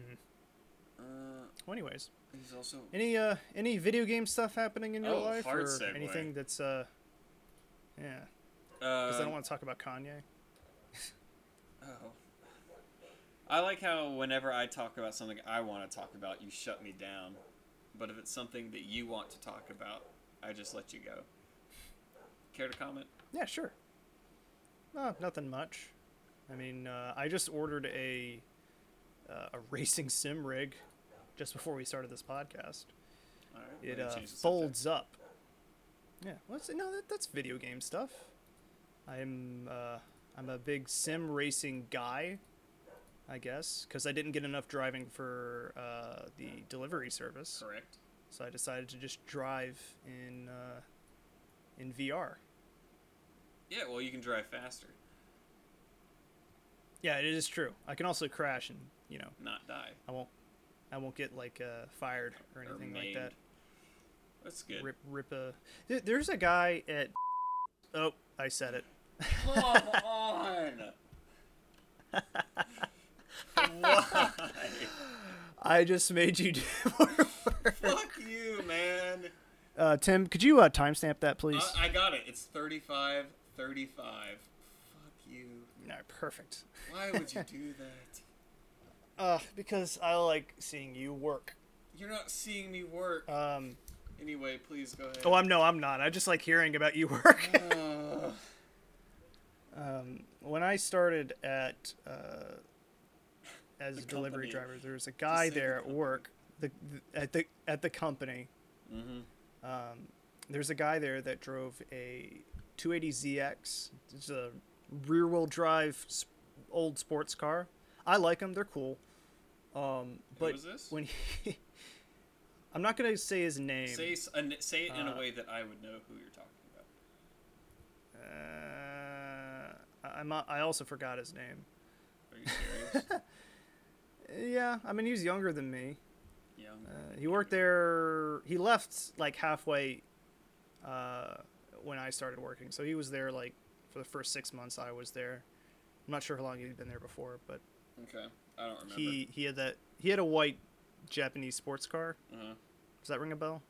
Speaker 1: Mhm.
Speaker 2: Uh,
Speaker 1: Well, anyways,
Speaker 2: he's also
Speaker 1: any uh any video game stuff happening in your
Speaker 2: Oh,
Speaker 1: life
Speaker 2: hard
Speaker 1: or
Speaker 2: segue.
Speaker 1: anything that's uh yeah because I
Speaker 2: um,
Speaker 1: don't want to talk about Kanye.
Speaker 2: Oh. I like how whenever I talk about something I want to talk about, you shut me down. But if it's something that you want to talk about, I just let you go. Care to comment?
Speaker 1: Yeah, sure. No, nothing much. I mean, uh, I just ordered a uh, a racing sim rig just before we started this podcast.
Speaker 2: All right. let
Speaker 1: It
Speaker 2: me
Speaker 1: uh,
Speaker 2: change the subject.
Speaker 1: folds up. Yeah, what's it? No, that, that's video game stuff. I'm uh, I'm a big sim racing guy, I guess, because I didn't get enough driving for uh, the delivery service,
Speaker 2: Correct.
Speaker 1: so I decided to just drive in uh, in VR.
Speaker 2: Yeah. Well, you can drive faster,
Speaker 1: Yeah, it is true. I can also crash, and you know,
Speaker 2: not die
Speaker 1: I won't I won't get like uh, fired or
Speaker 2: or
Speaker 1: anything like
Speaker 2: maimed.
Speaker 1: that.
Speaker 2: That's good.
Speaker 1: Rip, rip a. There- There's a guy at. Oh, I said it.
Speaker 2: Come on. Why?
Speaker 1: I just made you do more work.
Speaker 2: Fuck you, man.
Speaker 1: Uh, Tim, could you uh, timestamp that,
Speaker 2: Uh,
Speaker 1: please?
Speaker 2: I got it. It's 35 35. Fuck you.
Speaker 1: no, perfect.
Speaker 2: Why would you do that?
Speaker 1: Uh, because I like seeing you work.
Speaker 2: You're not seeing me work.
Speaker 1: Um,
Speaker 2: Anyway, please go ahead.
Speaker 1: oh, I'm no, I'm not. I just like hearing about you work.
Speaker 2: Ugh.
Speaker 1: um, when I started at uh, as
Speaker 2: The
Speaker 1: a delivery
Speaker 2: company.
Speaker 1: driver, there was a guy
Speaker 2: say the
Speaker 1: there at
Speaker 2: company.
Speaker 1: work. The, the at the at the company.
Speaker 2: Mm-hmm.
Speaker 1: Um, there's a guy there that drove a 280ZX. It's a rear-wheel drive s- old sports car. I like them; they're cool. Um, but
Speaker 2: was this?
Speaker 1: when he, I'm not gonna say his name.
Speaker 2: Say, s- a n- say it in
Speaker 1: Uh,
Speaker 2: a way that I would know who you're talking about.
Speaker 1: uh, I- I'm, not- I also forgot his name.
Speaker 2: Are you serious?
Speaker 1: Yeah, I mean he's younger than me.
Speaker 2: Young.
Speaker 1: Uh, he worked there. He left like halfway uh, when I started working, so he was there like for the first six months I was there. I'm not sure how long he'd been there before, but
Speaker 2: Okay. I don't remember.
Speaker 1: he he had that he had a white Japanese sports car.
Speaker 2: Uh-huh.
Speaker 1: Does that ring a bell?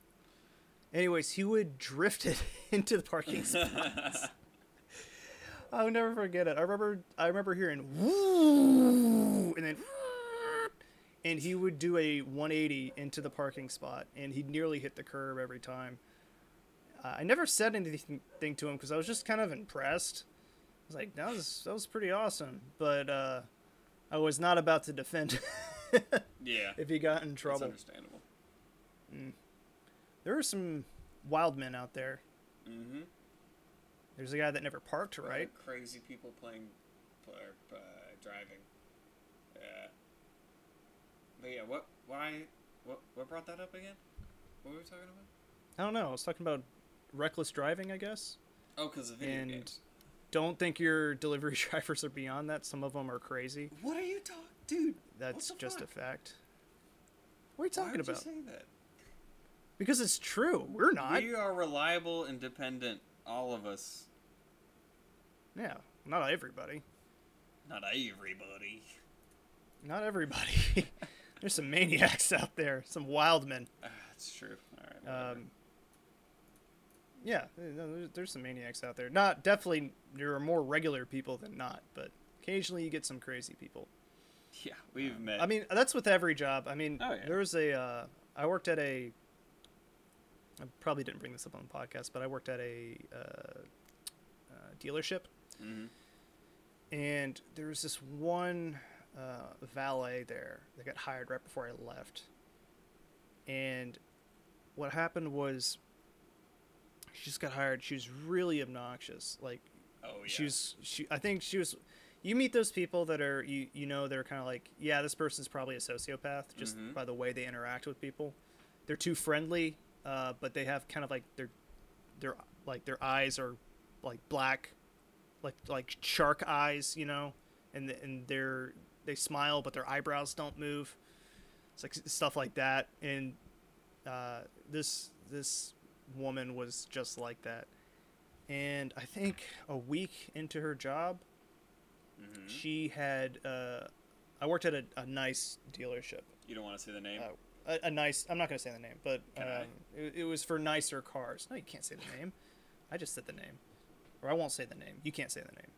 Speaker 1: Anyways, he would drift it into the parking spots. I'll never forget it. I remember I remember hearing woo and then and he would do a 180 into the parking spot and he nearly hit the curb every time. Uh, I never said anything thing to him because I was just kind of impressed. I was like, that was that was pretty awesome, but uh, I was not about to defend
Speaker 2: Yeah.
Speaker 1: if he got in
Speaker 2: That's
Speaker 1: trouble.
Speaker 2: understandable.
Speaker 1: There are some wild men out there.
Speaker 2: Mm-hmm.
Speaker 1: There's a guy that never parked right.
Speaker 2: Crazy people playing, or uh, driving. Yeah. But yeah, what? Why? What? What brought that up again? What were we talking about?
Speaker 1: I don't know. I was talking about reckless driving, I guess.
Speaker 2: Oh, because of video
Speaker 1: And-
Speaker 2: games.
Speaker 1: Don't think your delivery drivers are beyond that. Some of them are crazy.
Speaker 2: What are you talking, dude?
Speaker 1: That's
Speaker 2: what the
Speaker 1: just a
Speaker 2: fuck?
Speaker 1: fact. What are you
Speaker 2: Why
Speaker 1: talking
Speaker 2: would
Speaker 1: about?
Speaker 2: You say that?
Speaker 1: Because it's true. We're not.
Speaker 2: we are reliable, independent. All of us.
Speaker 1: Yeah, not everybody.
Speaker 2: Not everybody.
Speaker 1: Not everybody. There's some maniacs out there. Some wild men.
Speaker 2: Ah, That's true. All right. whatever.
Speaker 1: Um, yeah, no, there's, there's some maniacs out there. Not definitely. There are more regular people than not, but occasionally you get some crazy people.
Speaker 2: yeah, we've met.
Speaker 1: um, I mean, that's with every job. I mean,
Speaker 2: Oh, yeah.
Speaker 1: there was a. Uh, I worked at a. I probably didn't bring this up on the podcast, but I worked at a uh, uh, dealership,
Speaker 2: Mhm.
Speaker 1: and there was this one uh, valet there that got hired right before I left. And what happened was, she just got hired. She was really obnoxious. Like
Speaker 2: oh yeah.
Speaker 1: she was she i think she was you meet those people that are you you know they're kind of like yeah this person's probably a sociopath just
Speaker 2: Mhm.
Speaker 1: by the way they interact with people they're too friendly uh, but they have kind of like their their like their eyes are like black like like shark eyes you know and the, and they're they smile but their eyebrows don't move it's like s- stuff like that and uh, this this woman was just like that and I think a week into her job,
Speaker 2: Mhm.
Speaker 1: she had. Uh, I worked at a, a nice dealership.
Speaker 2: You don't want to say the name.
Speaker 1: Uh, a, a nice. I'm not going to say the name, but
Speaker 2: Can I?
Speaker 1: um, it, it was for nicer cars. No, you can't say the name. I just said the name, or I won't say the name. You can't say the name.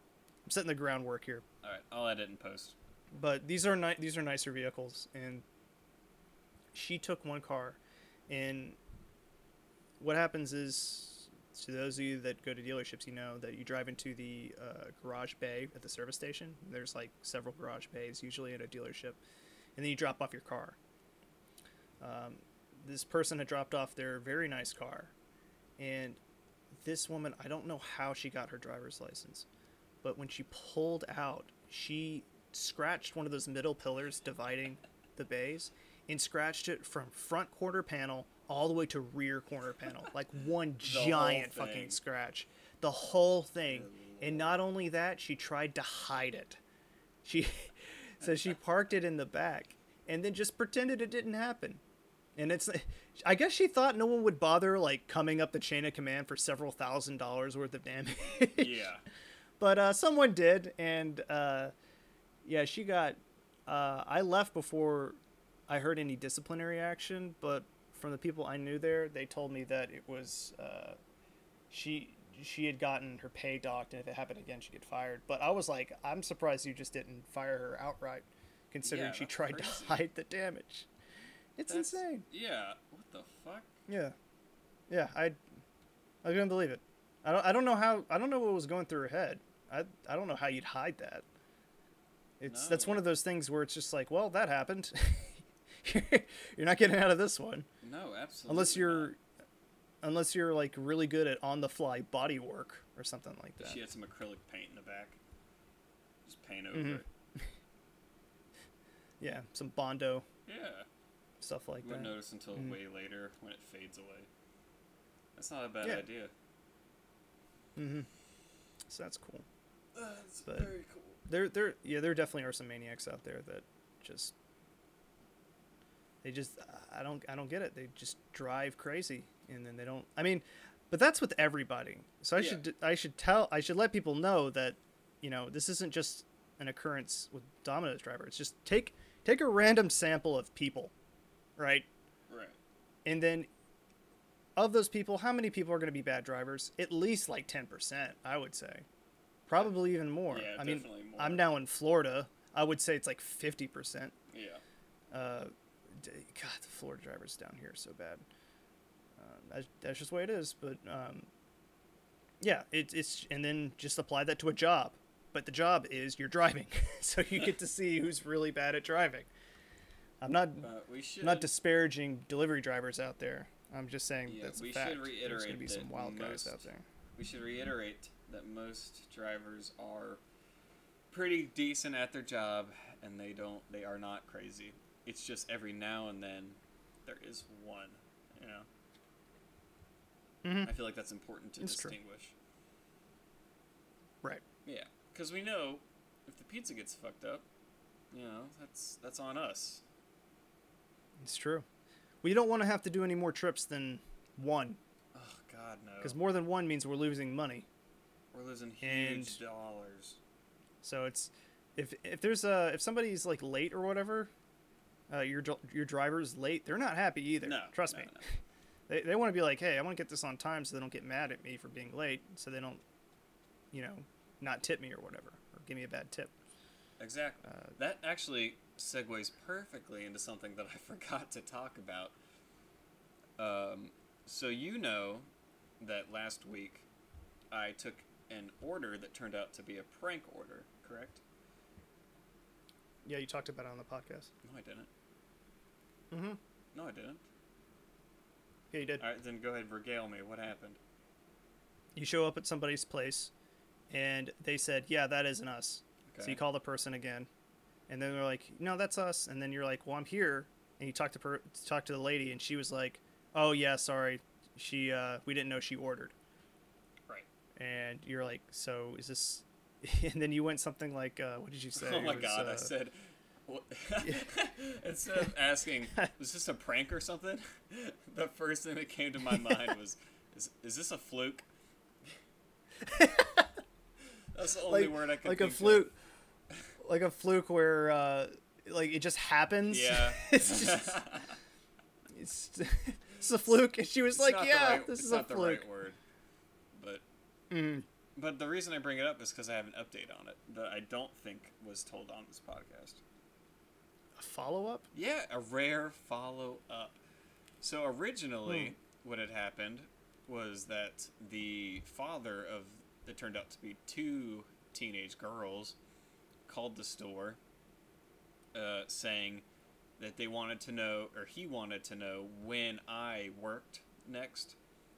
Speaker 1: I'm setting the groundwork here.
Speaker 2: All right. I'll edit and post.
Speaker 1: But these are ni- these are nicer vehicles, and she took one car, And what happens is, to those of you that go to dealerships, you know that you drive into the uh, garage bay at the service station. There's like several garage bays, usually at a dealership, and then you drop off your car. Um, this person had dropped off their very nice car, and this woman, I don't know how she got her driver's license, but when she pulled out, she scratched one of those middle pillars dividing the bays and scratched it from front quarter panel all the way to rear corner panel like one giant
Speaker 2: thing.
Speaker 1: fucking scratch the whole thing and not only that she tried to hide it she so she parked it in the back and then just pretended it didn't happen and it's i guess she thought no one would bother like coming up the chain of command for several thousand dollars worth of damage
Speaker 2: Yeah.
Speaker 1: but uh, someone did, and uh, yeah, she got. Uh, I left before I heard any disciplinary action, but from the people I knew there, they told me that it was uh, she. She had gotten her pay docked, and if it happened again, she'd get fired. But I was like, I'm surprised you just didn't fire her outright, considering
Speaker 2: Yeah,
Speaker 1: she
Speaker 2: that's
Speaker 1: tried
Speaker 2: crazy.
Speaker 1: to hide the damage. It's
Speaker 2: That's-
Speaker 1: insane.
Speaker 2: Yeah. What the fuck?
Speaker 1: Yeah, yeah. I, I couldn't believe it. I don't. I don't know how. I don't know what was going through her head. I. I don't know how you'd hide that. It's that's
Speaker 2: No.
Speaker 1: one of those things where it's just like, well, that happened. you're not getting out of this one
Speaker 2: No, absolutely.
Speaker 1: unless
Speaker 2: not.
Speaker 1: you're, unless you're like really good at on the fly body work or something like that.
Speaker 2: She had some acrylic paint in the back. Just paint over
Speaker 1: Mhm.
Speaker 2: it.
Speaker 1: Yeah, some bondo
Speaker 2: Yeah.
Speaker 1: stuff like
Speaker 2: You wouldn't
Speaker 1: that.
Speaker 2: notice until
Speaker 1: Mhm.
Speaker 2: way later when it fades away. That's not a bad
Speaker 1: Yeah.
Speaker 2: idea.
Speaker 1: Mm-hmm. So that's cool.
Speaker 2: That's
Speaker 1: But-
Speaker 2: very cool.
Speaker 1: there there yeah there definitely are some maniacs out there that just they just i don't i don't get it they just drive crazy and then they don't i mean but that's with everybody so i
Speaker 2: Yeah.
Speaker 1: should i should tell i should let people know that you know this isn't just an occurrence with domino's driver it's just take take a random sample of people right
Speaker 2: Right.
Speaker 1: and then of those people, how many people are going to be bad drivers? At least like 10%, I would say. Probably even more.
Speaker 2: Yeah,
Speaker 1: I mean,
Speaker 2: definitely more.
Speaker 1: I'm now in Florida. I would say it's like 50%.
Speaker 2: Yeah.
Speaker 1: Uh, d- God, the Florida drivers down here are so bad. Um, that's, that's just the way it is. But um, yeah, it, it's and then just apply that to a job. But the job is you're driving, so you get to see who's really bad at driving. I'm not
Speaker 2: But we should.
Speaker 1: I'm not disparaging delivery drivers out there. I'm just saying
Speaker 2: Yeah,
Speaker 1: that's a
Speaker 2: we should
Speaker 1: fact. There's
Speaker 2: reiterate
Speaker 1: gonna be some
Speaker 2: that
Speaker 1: wild guys
Speaker 2: most-
Speaker 1: out there.
Speaker 2: we should reiterate that most drivers are pretty decent at their job and they don't they are not crazy it's just every now and then there is one you know
Speaker 1: Mhm.
Speaker 2: i feel like that's important to
Speaker 1: It's true.
Speaker 2: distinguish
Speaker 1: Right.
Speaker 2: Yeah. 'Cause yeah because we know if the pizza gets fucked up you know that's that's on us
Speaker 1: It's true. We don't want to have to do any more trips than one,
Speaker 2: oh god no
Speaker 1: because more than one means we're losing money.
Speaker 2: we're losing
Speaker 1: and-
Speaker 2: huge dollars
Speaker 1: So it's if if there's a if somebody's like late or whatever, uh, your dr- your driver's late, they're not happy either.
Speaker 2: no
Speaker 1: Trust
Speaker 2: no,
Speaker 1: me.
Speaker 2: no.
Speaker 1: They they want to be like, hey, I want to get this on time, so they don't get mad at me for being late, so they don't, you know, not tip me or whatever, or give me a bad tip.
Speaker 2: Exactly.
Speaker 1: Uh,
Speaker 2: that actually segues perfectly into something that I forgot to talk about. Um, so you know that last week I took an order that turned out to be a prank order, correct?
Speaker 1: Yeah, you talked about it on the podcast.
Speaker 2: No, I didn't.
Speaker 1: Mm-hmm.
Speaker 2: No, I didn't.
Speaker 1: Yeah, you did.
Speaker 2: All right, then go ahead and regale me. What happened?
Speaker 1: you show up at somebody's place and they said yeah that isn't us so
Speaker 2: Okay.
Speaker 1: you call the person again and then they're like no that's us and then you're like well i'm here and you talk to per- talk to the lady and she was like oh yeah sorry she uh, we didn't know she ordered
Speaker 2: Right.
Speaker 1: and you're like so is this and then you went something like uh, what did you say
Speaker 2: oh my
Speaker 1: It was,
Speaker 2: god, I
Speaker 1: uh,
Speaker 2: said. what- Instead of asking, was this a prank or something? The first thing that came to my mind was, is, is this a fluke? That's the only
Speaker 1: like,
Speaker 2: word I could
Speaker 1: like
Speaker 2: think
Speaker 1: a fluke like a fluke where uh, like it just
Speaker 2: Of.
Speaker 1: happens
Speaker 2: Yeah.
Speaker 1: it's just it's, it's a fluke and she was
Speaker 2: It's
Speaker 1: like
Speaker 2: not the
Speaker 1: yeah
Speaker 2: right-
Speaker 1: this
Speaker 2: it's
Speaker 1: is a
Speaker 2: not the
Speaker 1: fluke
Speaker 2: right word. But
Speaker 1: Mm.
Speaker 2: but the reason I bring it up is because I have an update on it that I don't think was told on this podcast.
Speaker 1: a follow up?
Speaker 2: Yeah, a rare follow up. So originally, what had happened was that the father of it turned out to be two teenage girls called the store uh, saying that they wanted to know, or he wanted to know, when I worked next,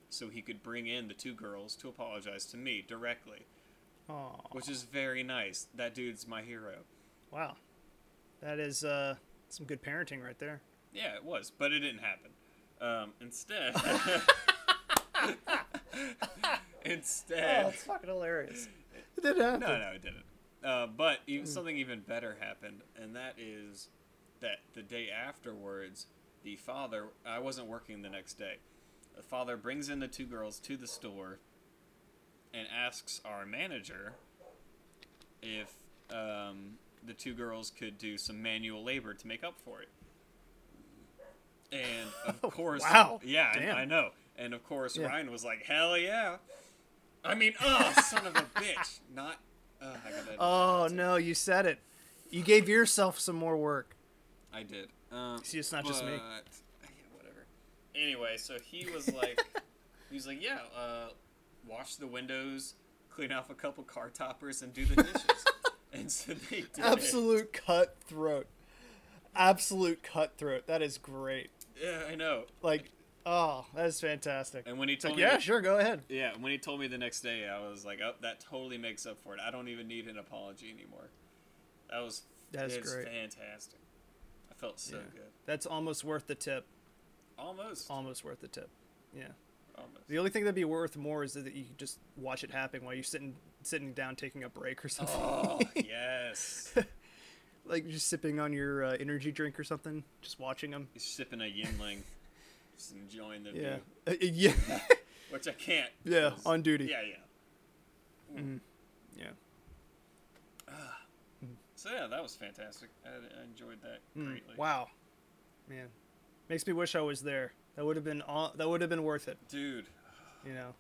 Speaker 2: so he could bring in the two girls to apologize to me directly,
Speaker 1: Oh,
Speaker 2: which is very nice. That dude's my hero.
Speaker 1: wow. That is uh, some good parenting right there.
Speaker 2: Yeah, it was, but it didn't happen. Um, instead, instead,
Speaker 1: Oh, it's fucking hilarious. It did happen.
Speaker 2: No, no, it didn't. Uh, but
Speaker 1: Hmm.
Speaker 2: even, something even better happened, and that is that the day afterwards, the father, I wasn't working the next day. The father brings in the two girls to the store and asks our manager if um, the two girls could do some manual labor to make up for it. And of course,
Speaker 1: Oh, Wow.
Speaker 2: yeah, I-
Speaker 1: Damn.
Speaker 2: I know. And of course,
Speaker 1: Yeah.
Speaker 2: Ryan was like, "Hell yeah!" I mean, oh, son of a bitch. Not. Uh, I got that.
Speaker 1: Oh no, you said it. You gave yourself some more work.
Speaker 2: I did. Um,
Speaker 1: See, it's not just me.
Speaker 2: but- yeah, whatever. Anyway, so he was like, he was like, yeah, uh, wash the windows, clean off a couple car toppers, and do the dishes. and so they did.
Speaker 1: Absolute cutthroat. Absolute cutthroat. That is great.
Speaker 2: Yeah, I know.
Speaker 1: Like, oh, that is fantastic.
Speaker 2: And when he
Speaker 1: It's like,
Speaker 2: told me,
Speaker 1: Oh, yeah,
Speaker 2: that-
Speaker 1: sure, go ahead.
Speaker 2: yeah, when he told me the next day, I was like, oh, that totally makes up for it. I don't even need an apology anymore. That was
Speaker 1: That's
Speaker 2: it was
Speaker 1: great.
Speaker 2: fantastic. I felt so
Speaker 1: Yeah.
Speaker 2: good.
Speaker 1: That's almost worth the tip.
Speaker 2: Almost.
Speaker 1: Almost worth the tip. Yeah.
Speaker 2: Almost.
Speaker 1: The only thing that'd be worth more is that you could just watch it happen while you're sitting sitting down taking a break or something.
Speaker 2: Oh yes,
Speaker 1: Like just sipping on your uh, energy drink or something, just watching them.
Speaker 2: he's sipping a Yinling, just enjoying the
Speaker 1: Yeah.
Speaker 2: view,
Speaker 1: Uh, yeah.
Speaker 2: which I can't.
Speaker 1: yeah,
Speaker 2: 'cause-
Speaker 1: on duty. Mm-hmm.
Speaker 2: Yeah, Mm. yeah.
Speaker 1: yeah.
Speaker 2: Ah. So yeah, that was fantastic. I, I enjoyed that
Speaker 1: Mm,
Speaker 2: greatly.
Speaker 1: wow, man, makes me wish I was there. That would have been all, that would have been worth it.
Speaker 2: dude.
Speaker 1: You know,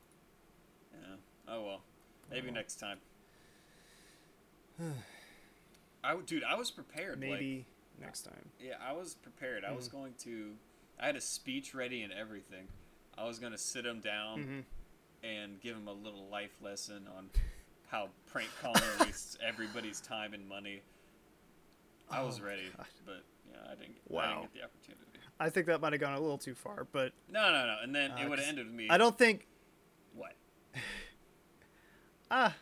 Speaker 2: Yeah. Oh well, maybe next time. I w- dude, I was prepared. like-
Speaker 1: maybe Mm. next time.
Speaker 2: yeah, I was prepared. I was going to. I had a speech ready and everything. I was gonna sit him down
Speaker 1: Mm-hmm.
Speaker 2: and give him a little life lesson on how prank calling wastes everybody's time and money. I was ready, but yeah, I didn't. Get, I
Speaker 1: Oh, Wow.
Speaker 2: didn't get the opportunity.
Speaker 1: I think that might have gone a little too far, but
Speaker 2: No, no, no. And then
Speaker 1: Uh,
Speaker 2: it would
Speaker 1: 'cause
Speaker 2: have ended with me.
Speaker 1: I don't think.
Speaker 2: What?
Speaker 1: Ah,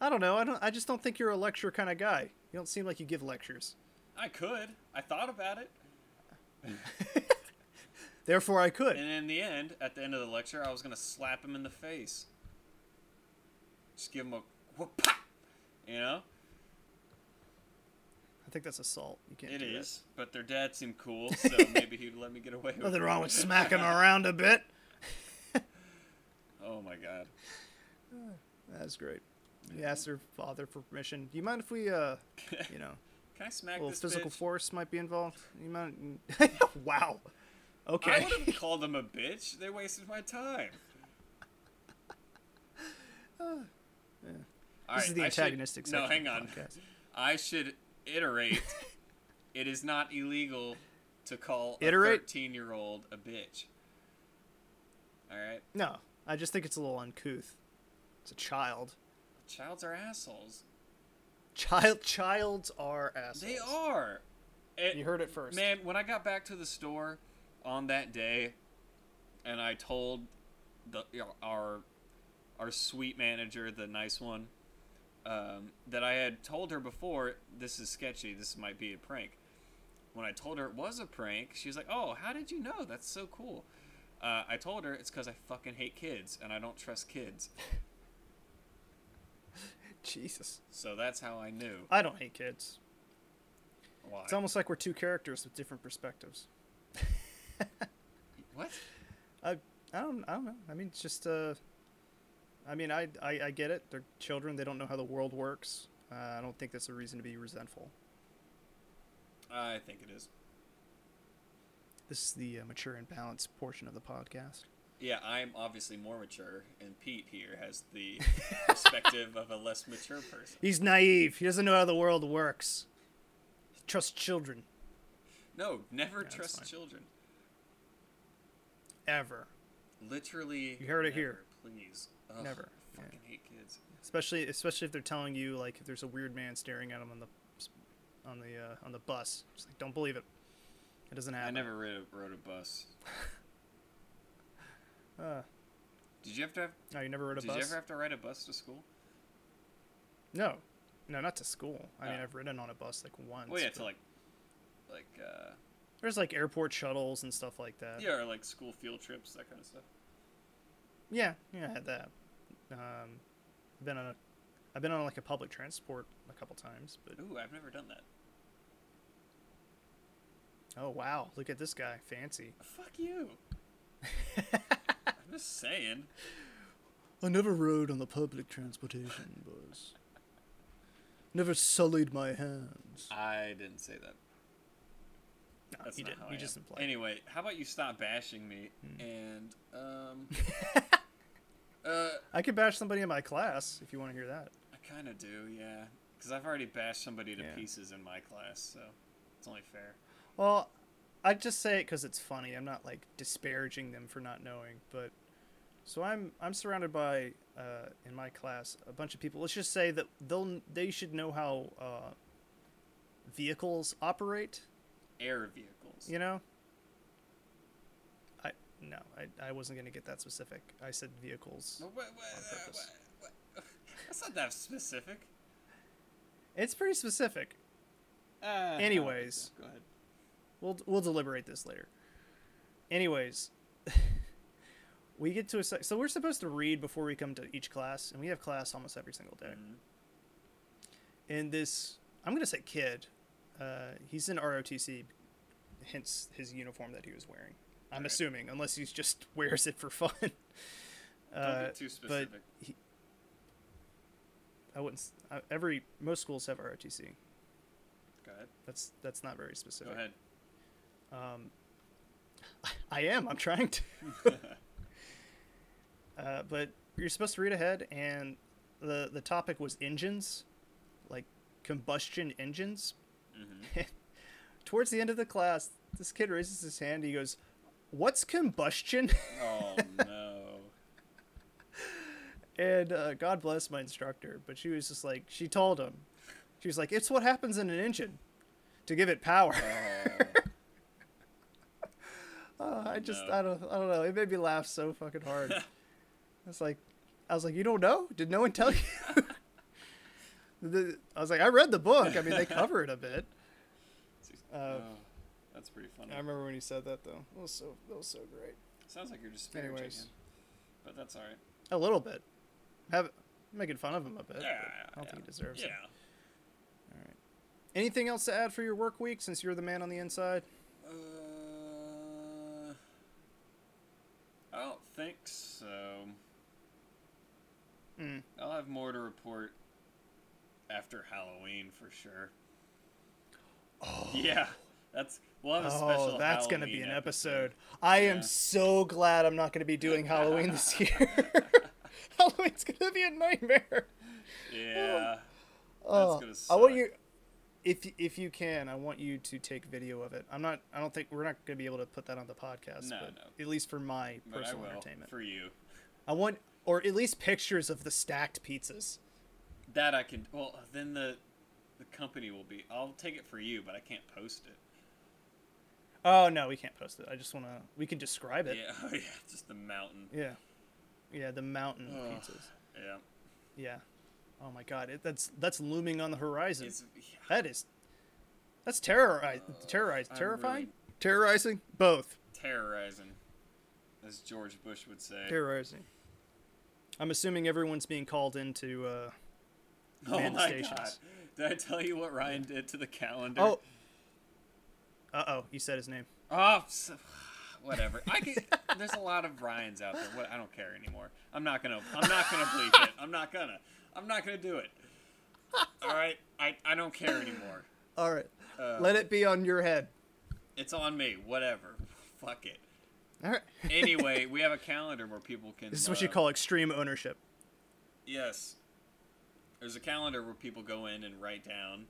Speaker 1: I don't know. I don't. I just don't think you're a lecture kind of guy. You don't seem like you give lectures.
Speaker 2: I could. I thought about it,
Speaker 1: Therefore, I could.
Speaker 2: and in the end, at the end of the lecture, I was gonna slap him in the face. Just give him a whoop, pop, you know.
Speaker 1: I think that's assault. You can't.
Speaker 2: It
Speaker 1: do that.
Speaker 2: is, but their dad seemed cool, so maybe he'd let me get away with
Speaker 1: Nothing
Speaker 2: it.
Speaker 1: wrong with smacking around a bit.
Speaker 2: Oh my god.
Speaker 1: That's great. You asked your father for permission. Do you mind if we, uh, you know,
Speaker 2: Can I smack
Speaker 1: a little
Speaker 2: this
Speaker 1: physical
Speaker 2: bitch?
Speaker 1: force might be involved. You might. wow.
Speaker 2: I
Speaker 1: Okay.
Speaker 2: would have called them a bitch. They wasted my time. All
Speaker 1: This is the
Speaker 2: I should-
Speaker 1: antagonistic
Speaker 2: No,
Speaker 1: section
Speaker 2: hang
Speaker 1: of
Speaker 2: on.
Speaker 1: the podcast.
Speaker 2: I should iterate. it is not illegal to call a
Speaker 1: Iterate?
Speaker 2: thirteen-year-old a bitch. All right,
Speaker 1: No, I just think it's a little uncouth. It's a child.
Speaker 2: childs are assholes.
Speaker 1: Child, childs are assholes.
Speaker 2: They are. It-
Speaker 1: You heard it first.
Speaker 2: Man, when I got back to the store on that day, and I told the our our sweet manager, the nice one, um, that I had told her before, this is sketchy. This might be a prank. When I told her it was a prank, she was like, "Oh, how did you know? That's so cool." Uh, I told her it's because I fucking hate kids and I don't trust kids.
Speaker 1: Jesus.
Speaker 2: So that's how I knew
Speaker 1: I don't hate kids.
Speaker 2: why.
Speaker 1: It's almost like we're two characters with different perspectives.
Speaker 2: what?
Speaker 1: I, I don't, I don't know. I mean, it's just, uh, I mean, I, I, I get it. They're children. They don't know how the world works. Uh, I don't think that's a reason to be resentful.
Speaker 2: I think it is.
Speaker 1: This is the uh, mature and balanced portion of the podcast.
Speaker 2: Yeah, I'm obviously more mature, and Pete here has the perspective of a less mature person.
Speaker 1: He's naive. He doesn't know how the world works. Trust children.
Speaker 2: No, never
Speaker 1: that's
Speaker 2: trust
Speaker 1: fine.
Speaker 2: children.
Speaker 1: ever,
Speaker 2: Literally.
Speaker 1: You heard it
Speaker 2: never,
Speaker 1: here.
Speaker 2: Please. Ugh,
Speaker 1: Never.
Speaker 2: I
Speaker 1: Yeah.
Speaker 2: fucking hate kids.
Speaker 1: especially especially if they're telling you like if there's a weird man staring at them on the on the uh, on the bus. Just like don't believe it. It doesn't happen.
Speaker 2: I never rode, rode a bus.
Speaker 1: Uh,
Speaker 2: Did you have to have?
Speaker 1: no, you never rode a
Speaker 2: Did
Speaker 1: bus.
Speaker 2: you ever have to ride a bus to school?
Speaker 1: No, no, not to school. I mean,
Speaker 2: Oh.
Speaker 1: I've ridden on a bus like once.
Speaker 2: Well, yeah,
Speaker 1: but-
Speaker 2: to like, like, uh,
Speaker 1: There's like airport shuttles and stuff like that.
Speaker 2: yeah, or like school field trips, that kind of stuff.
Speaker 1: Yeah, yeah, I had that. Um, I've been on a, I've been on like a public transport a couple times, but
Speaker 2: Ooh, I've never done that.
Speaker 1: oh wow, look at this guy, fancy.
Speaker 2: Fuck you. I'm just saying.
Speaker 1: I never rode on the public transportation bus. Never sullied my hands.
Speaker 2: I didn't say that.
Speaker 1: No,
Speaker 2: That's
Speaker 1: you
Speaker 2: not
Speaker 1: didn't. Hmm.
Speaker 2: how
Speaker 1: You
Speaker 2: I
Speaker 1: just
Speaker 2: am.
Speaker 1: implied. it.
Speaker 2: Anyway, how about you stop bashing me and um. uh,
Speaker 1: I could bash somebody in my class if you want to hear that.
Speaker 2: I kind of do, yeah, because I've already bashed somebody to
Speaker 1: Yeah.
Speaker 2: pieces in my class, so it's only fair.
Speaker 1: Well, I just say it because it's funny. I'm not like disparaging them for not knowing, but so I'm I'm surrounded by uh, in my class a bunch of people. Let's just say that they'll they should know how uh, vehicles operate.
Speaker 2: Air vehicles.
Speaker 1: You know. I no, I I wasn't gonna get that specific. I said vehicles.
Speaker 2: Well, what- what-
Speaker 1: On purpose.
Speaker 2: what- what- That's not that specific.
Speaker 1: It's pretty specific.
Speaker 2: Uh, I don't
Speaker 1: Anyways.
Speaker 2: think so. go ahead.
Speaker 1: We'll we'll deliberate this later. Anyways, we get to a sec- so we're supposed to read before we come to each class, and we have class almost every single day.
Speaker 2: Mm-hmm.
Speaker 1: And this, I'm gonna say kid, uh, he's in ROTC, hence his uniform that he was wearing. I'm
Speaker 2: Alright.
Speaker 1: assuming, unless he just wears it for fun.
Speaker 2: Don't
Speaker 1: Uh,
Speaker 2: get too
Speaker 1: but
Speaker 2: specific.
Speaker 1: he, I wouldn't. s- I- Every most schools have ROTC.
Speaker 2: Go ahead.
Speaker 1: That's that's not very
Speaker 2: Go
Speaker 1: specific.
Speaker 2: ahead.
Speaker 1: Um, I am. I'm trying to. uh, but you're supposed to read ahead, and the the topic was engines, like combustion engines.
Speaker 2: Mhm.
Speaker 1: Towards the end of the class, this kid raises his hand. He goes, "What's combustion?"
Speaker 2: Oh no.
Speaker 1: and uh, God bless my instructor, but she was just like, she told him, she was like, "It's what happens in an engine, to give it power."
Speaker 2: Oh.
Speaker 1: Uh, I just
Speaker 2: No.
Speaker 1: I don't I don't know. It made me laugh so fucking hard. I was like, I was like, you don't know? Did no one tell you? the, I was like, I read the book. I mean, they cover it a bit.
Speaker 2: Oh, that's pretty funny.
Speaker 1: I remember when you said that though. That was so that was so great.
Speaker 2: Sounds like you're just speaking,
Speaker 1: Anyways.
Speaker 2: but that's all right.
Speaker 1: A little bit. Have making fun of him a bit. but
Speaker 2: Yeah,
Speaker 1: I don't think he
Speaker 2: yeah.
Speaker 1: deserves
Speaker 2: Yeah.
Speaker 1: it. Anything else to add for your work week since you're the man on the inside?
Speaker 2: Uh, I don't think so.
Speaker 1: Mm.
Speaker 2: I'll have more to report after Halloween for sure. Oh. Yeah, that's we'll have a special.
Speaker 1: Oh, that's gonna be
Speaker 2: Halloween
Speaker 1: an episode. I
Speaker 2: Yeah.
Speaker 1: am so glad I'm not gonna be doing Halloween this year. Halloween's gonna be a nightmare.
Speaker 2: Yeah,
Speaker 1: Oh,
Speaker 2: gonna
Speaker 1: I want
Speaker 2: suck.
Speaker 1: you, if y- if you can, I want you to take video of it. I'm not. I don't think we're not going to be able to put that on the podcast.
Speaker 2: No,
Speaker 1: but
Speaker 2: no.
Speaker 1: At least for my
Speaker 2: but I
Speaker 1: personal
Speaker 2: will
Speaker 1: entertainment.
Speaker 2: for you.
Speaker 1: I want, or at least pictures of the stacked pizzas.
Speaker 2: That I can. Well, then the the company will be. I'll take it for you, but I can't post it.
Speaker 1: Oh no, we can't post it. I just want to. We can describe it.
Speaker 2: Yeah, oh yeah, just the mountain.
Speaker 1: Yeah. Yeah. the mountain
Speaker 2: Ugh.
Speaker 1: pizzas.
Speaker 2: Yeah,
Speaker 1: Yeah. Oh my god, it, that's that's looming on the horizon.
Speaker 2: it's yeah,
Speaker 1: that is. That's terrorizing. terrorized.
Speaker 2: I'm
Speaker 1: Terrifying.
Speaker 2: really-
Speaker 1: Terrorizing. Both.
Speaker 2: terrorizing, as George Bush would say.
Speaker 1: Terrorizing. I'm assuming everyone's being called into. Uh,
Speaker 2: oh
Speaker 1: man
Speaker 2: my
Speaker 1: stations.
Speaker 2: god! Did I tell you what Ryan did to the calendar?
Speaker 1: Oh. Uh oh, you said his name.
Speaker 2: Oh, so, whatever. I can, there's a lot of Ryans out there. What I don't care anymore. I'm not gonna. I'm not gonna bleep it. I'm not gonna. I'm not gonna do it. All right. I I don't care anymore.
Speaker 1: All right.
Speaker 2: Uh,
Speaker 1: Let it be on your head.
Speaker 2: It's on me. Whatever. Fuck it.
Speaker 1: All right.
Speaker 2: Anyway, we have a calendar where people can.
Speaker 1: this is what you
Speaker 2: uh,
Speaker 1: call extreme ownership.
Speaker 2: Yes. There's a calendar where people go in and write down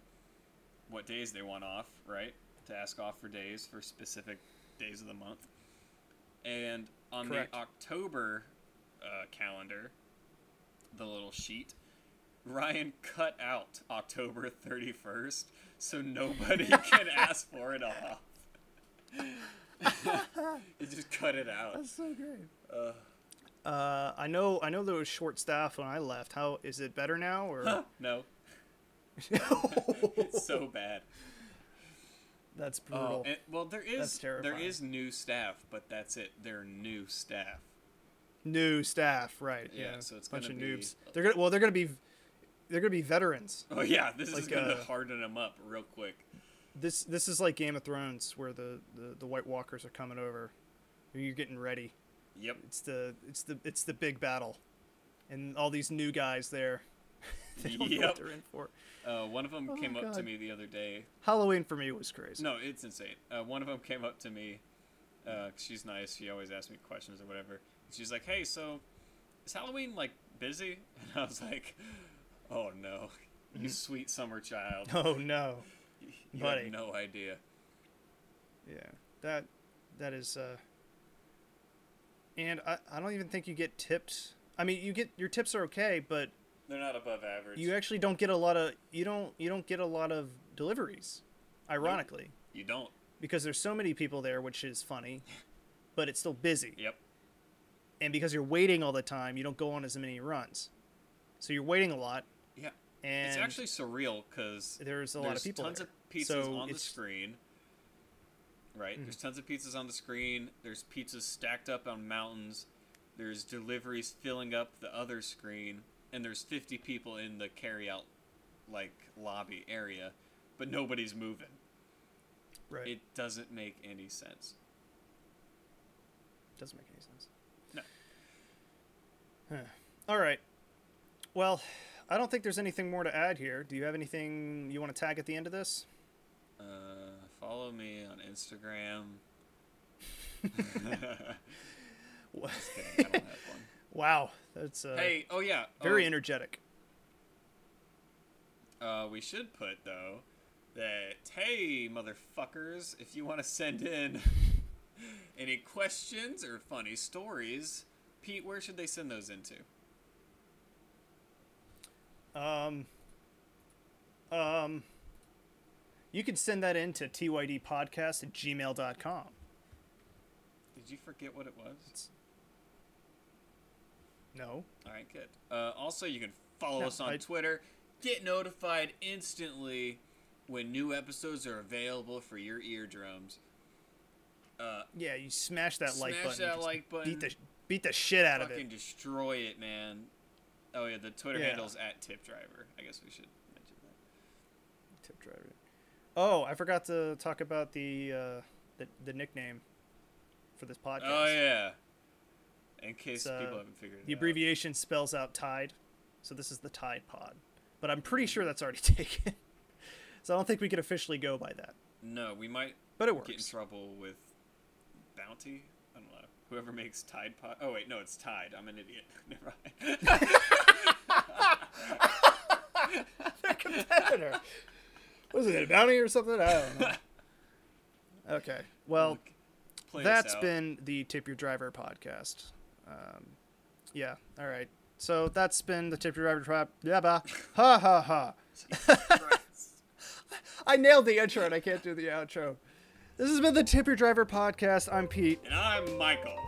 Speaker 2: what days they want off, right? To ask off for days for specific days of the month. And on
Speaker 1: Correct.
Speaker 2: the October uh, calendar, the little sheet, Ryan cut out October 31st, so nobody can ask for it off. he just cut it out.
Speaker 1: That's so great.
Speaker 2: Uh,
Speaker 1: Uh, I know, I know there was short staff when I left. How is it better now? Or
Speaker 2: no, it's so bad.
Speaker 1: that's
Speaker 2: Oh,
Speaker 1: brutal.
Speaker 2: and, well, there
Speaker 1: That's
Speaker 2: is there
Speaker 1: terrifying.
Speaker 2: is new staff, but that's it. They're new staff.
Speaker 1: New staff, right?
Speaker 2: Yeah, so it's
Speaker 1: bunch
Speaker 2: gonna
Speaker 1: of
Speaker 2: be-
Speaker 1: noobs. They're gonna, well, they're gonna be, they're gonna be veterans.
Speaker 2: Oh yeah, this is
Speaker 1: Like,
Speaker 2: gonna
Speaker 1: uh,
Speaker 2: harden them up real quick.
Speaker 1: This, this is like Game of Thrones, where the the, the White Walkers are coming over. You're getting ready.
Speaker 2: Yep.
Speaker 1: It's the, it's the, it's the big battle, and all these new guys there. they don't know what
Speaker 2: Yep.
Speaker 1: they're in for.
Speaker 2: Uh, one of them
Speaker 1: Oh my
Speaker 2: came up to
Speaker 1: God.
Speaker 2: me the other day.
Speaker 1: Halloween for me was crazy.
Speaker 2: No, it's insane. Uh, one of them came up to me. Uh, she's nice. She always asks me questions or whatever. She's like, "Hey, so is Halloween like busy?" And I was like, "Oh no,
Speaker 1: Mm-hmm.
Speaker 2: you sweet summer child,
Speaker 1: Oh no.
Speaker 2: you
Speaker 1: buddy.
Speaker 2: have no idea."
Speaker 1: Yeah, that that is. Uh, and I, I don't even think you get tips. I mean, you get your tips are okay, but
Speaker 2: They're not above average.
Speaker 1: you actually don't get a lot of you don't you don't get a lot of deliveries, ironically,
Speaker 2: you don't.
Speaker 1: because there's so many people there, which is funny, but it's still busy.
Speaker 2: Yep.
Speaker 1: And because you're waiting all the time, you don't go on as many runs, so you're waiting a lot.
Speaker 2: Yeah.
Speaker 1: And
Speaker 2: it's actually surreal because
Speaker 1: there's a
Speaker 2: there's
Speaker 1: lot of people.
Speaker 2: tons
Speaker 1: there.
Speaker 2: of pizzas
Speaker 1: so
Speaker 2: on the
Speaker 1: it's- Hmm.
Speaker 2: screen. Right, there's tons of pizzas on the screen. There's pizzas stacked up on mountains. There's deliveries filling up the other screen, and there's 50 people in the carryout like lobby area, but nobody's moving.
Speaker 1: Right.
Speaker 2: It doesn't make any sense.
Speaker 1: Doesn't make any sense.
Speaker 2: No.
Speaker 1: Huh. All right. Well, I don't think there's anything more to add here. Do you have anything you want to tag at the end of this?
Speaker 2: Uh, follow me on Instagram.
Speaker 1: Wha-
Speaker 2: Just kidding, I don't have one.
Speaker 1: Wow, that's uh,
Speaker 2: Hey, oh yeah,
Speaker 1: very
Speaker 2: oh,
Speaker 1: energetic.
Speaker 2: Uh, we should put though that hey motherfuckers, if you want to send in any questions or funny stories, Pete, where should they send those into?
Speaker 1: Um, um, you can send that in to tydpodcast at gmail.com.
Speaker 2: Did you forget what it was?
Speaker 1: No.
Speaker 2: All right, good. Uh, also, you can follow
Speaker 1: No,
Speaker 2: us on
Speaker 1: I-
Speaker 2: Twitter. Get notified instantly when new episodes are available for your eardrums. Uh,
Speaker 1: Yeah, you smash that like
Speaker 2: Smash
Speaker 1: button.
Speaker 2: that
Speaker 1: Just
Speaker 2: like button.
Speaker 1: Beat the beat the shit out of
Speaker 2: fucking
Speaker 1: it.
Speaker 2: destroy it, man. Oh yeah, the Twitter
Speaker 1: Yeah.
Speaker 2: handle's at Tip Driver. I guess we should mention that.
Speaker 1: Tip driver. Oh, I forgot to talk about the uh, the, the nickname for this podcast.
Speaker 2: Oh yeah. In case
Speaker 1: uh,
Speaker 2: people haven't figured it
Speaker 1: The
Speaker 2: out.
Speaker 1: abbreviation spells out Tide, so this is the Tide Pod. But I'm pretty sure that's already taken, so I don't think we could officially go by that.
Speaker 2: No, we might
Speaker 1: But it
Speaker 2: get in
Speaker 1: works.
Speaker 2: trouble with Bounty. I don't know. Whoever makes Tide Pod. Oh wait, no, it's Tide. I'm an idiot. Never mind.
Speaker 1: Competitor. Was it a bounty or something? I don't know. Okay. Well,
Speaker 2: Play us
Speaker 1: that's
Speaker 2: out.
Speaker 1: been the Tip Your Driver podcast. Um, yeah. All right. So that's been the Tip Your Driver trap. Yeah. Bah. Ha ha ha.
Speaker 2: Jesus Christ.
Speaker 1: I nailed the intro and I can't do the outro. This has been the Tip Your Driver podcast. I'm Pete,
Speaker 2: and I'm Michael.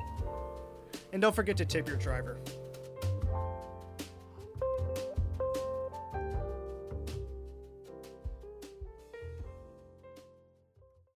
Speaker 1: and don't forget to tip your driver.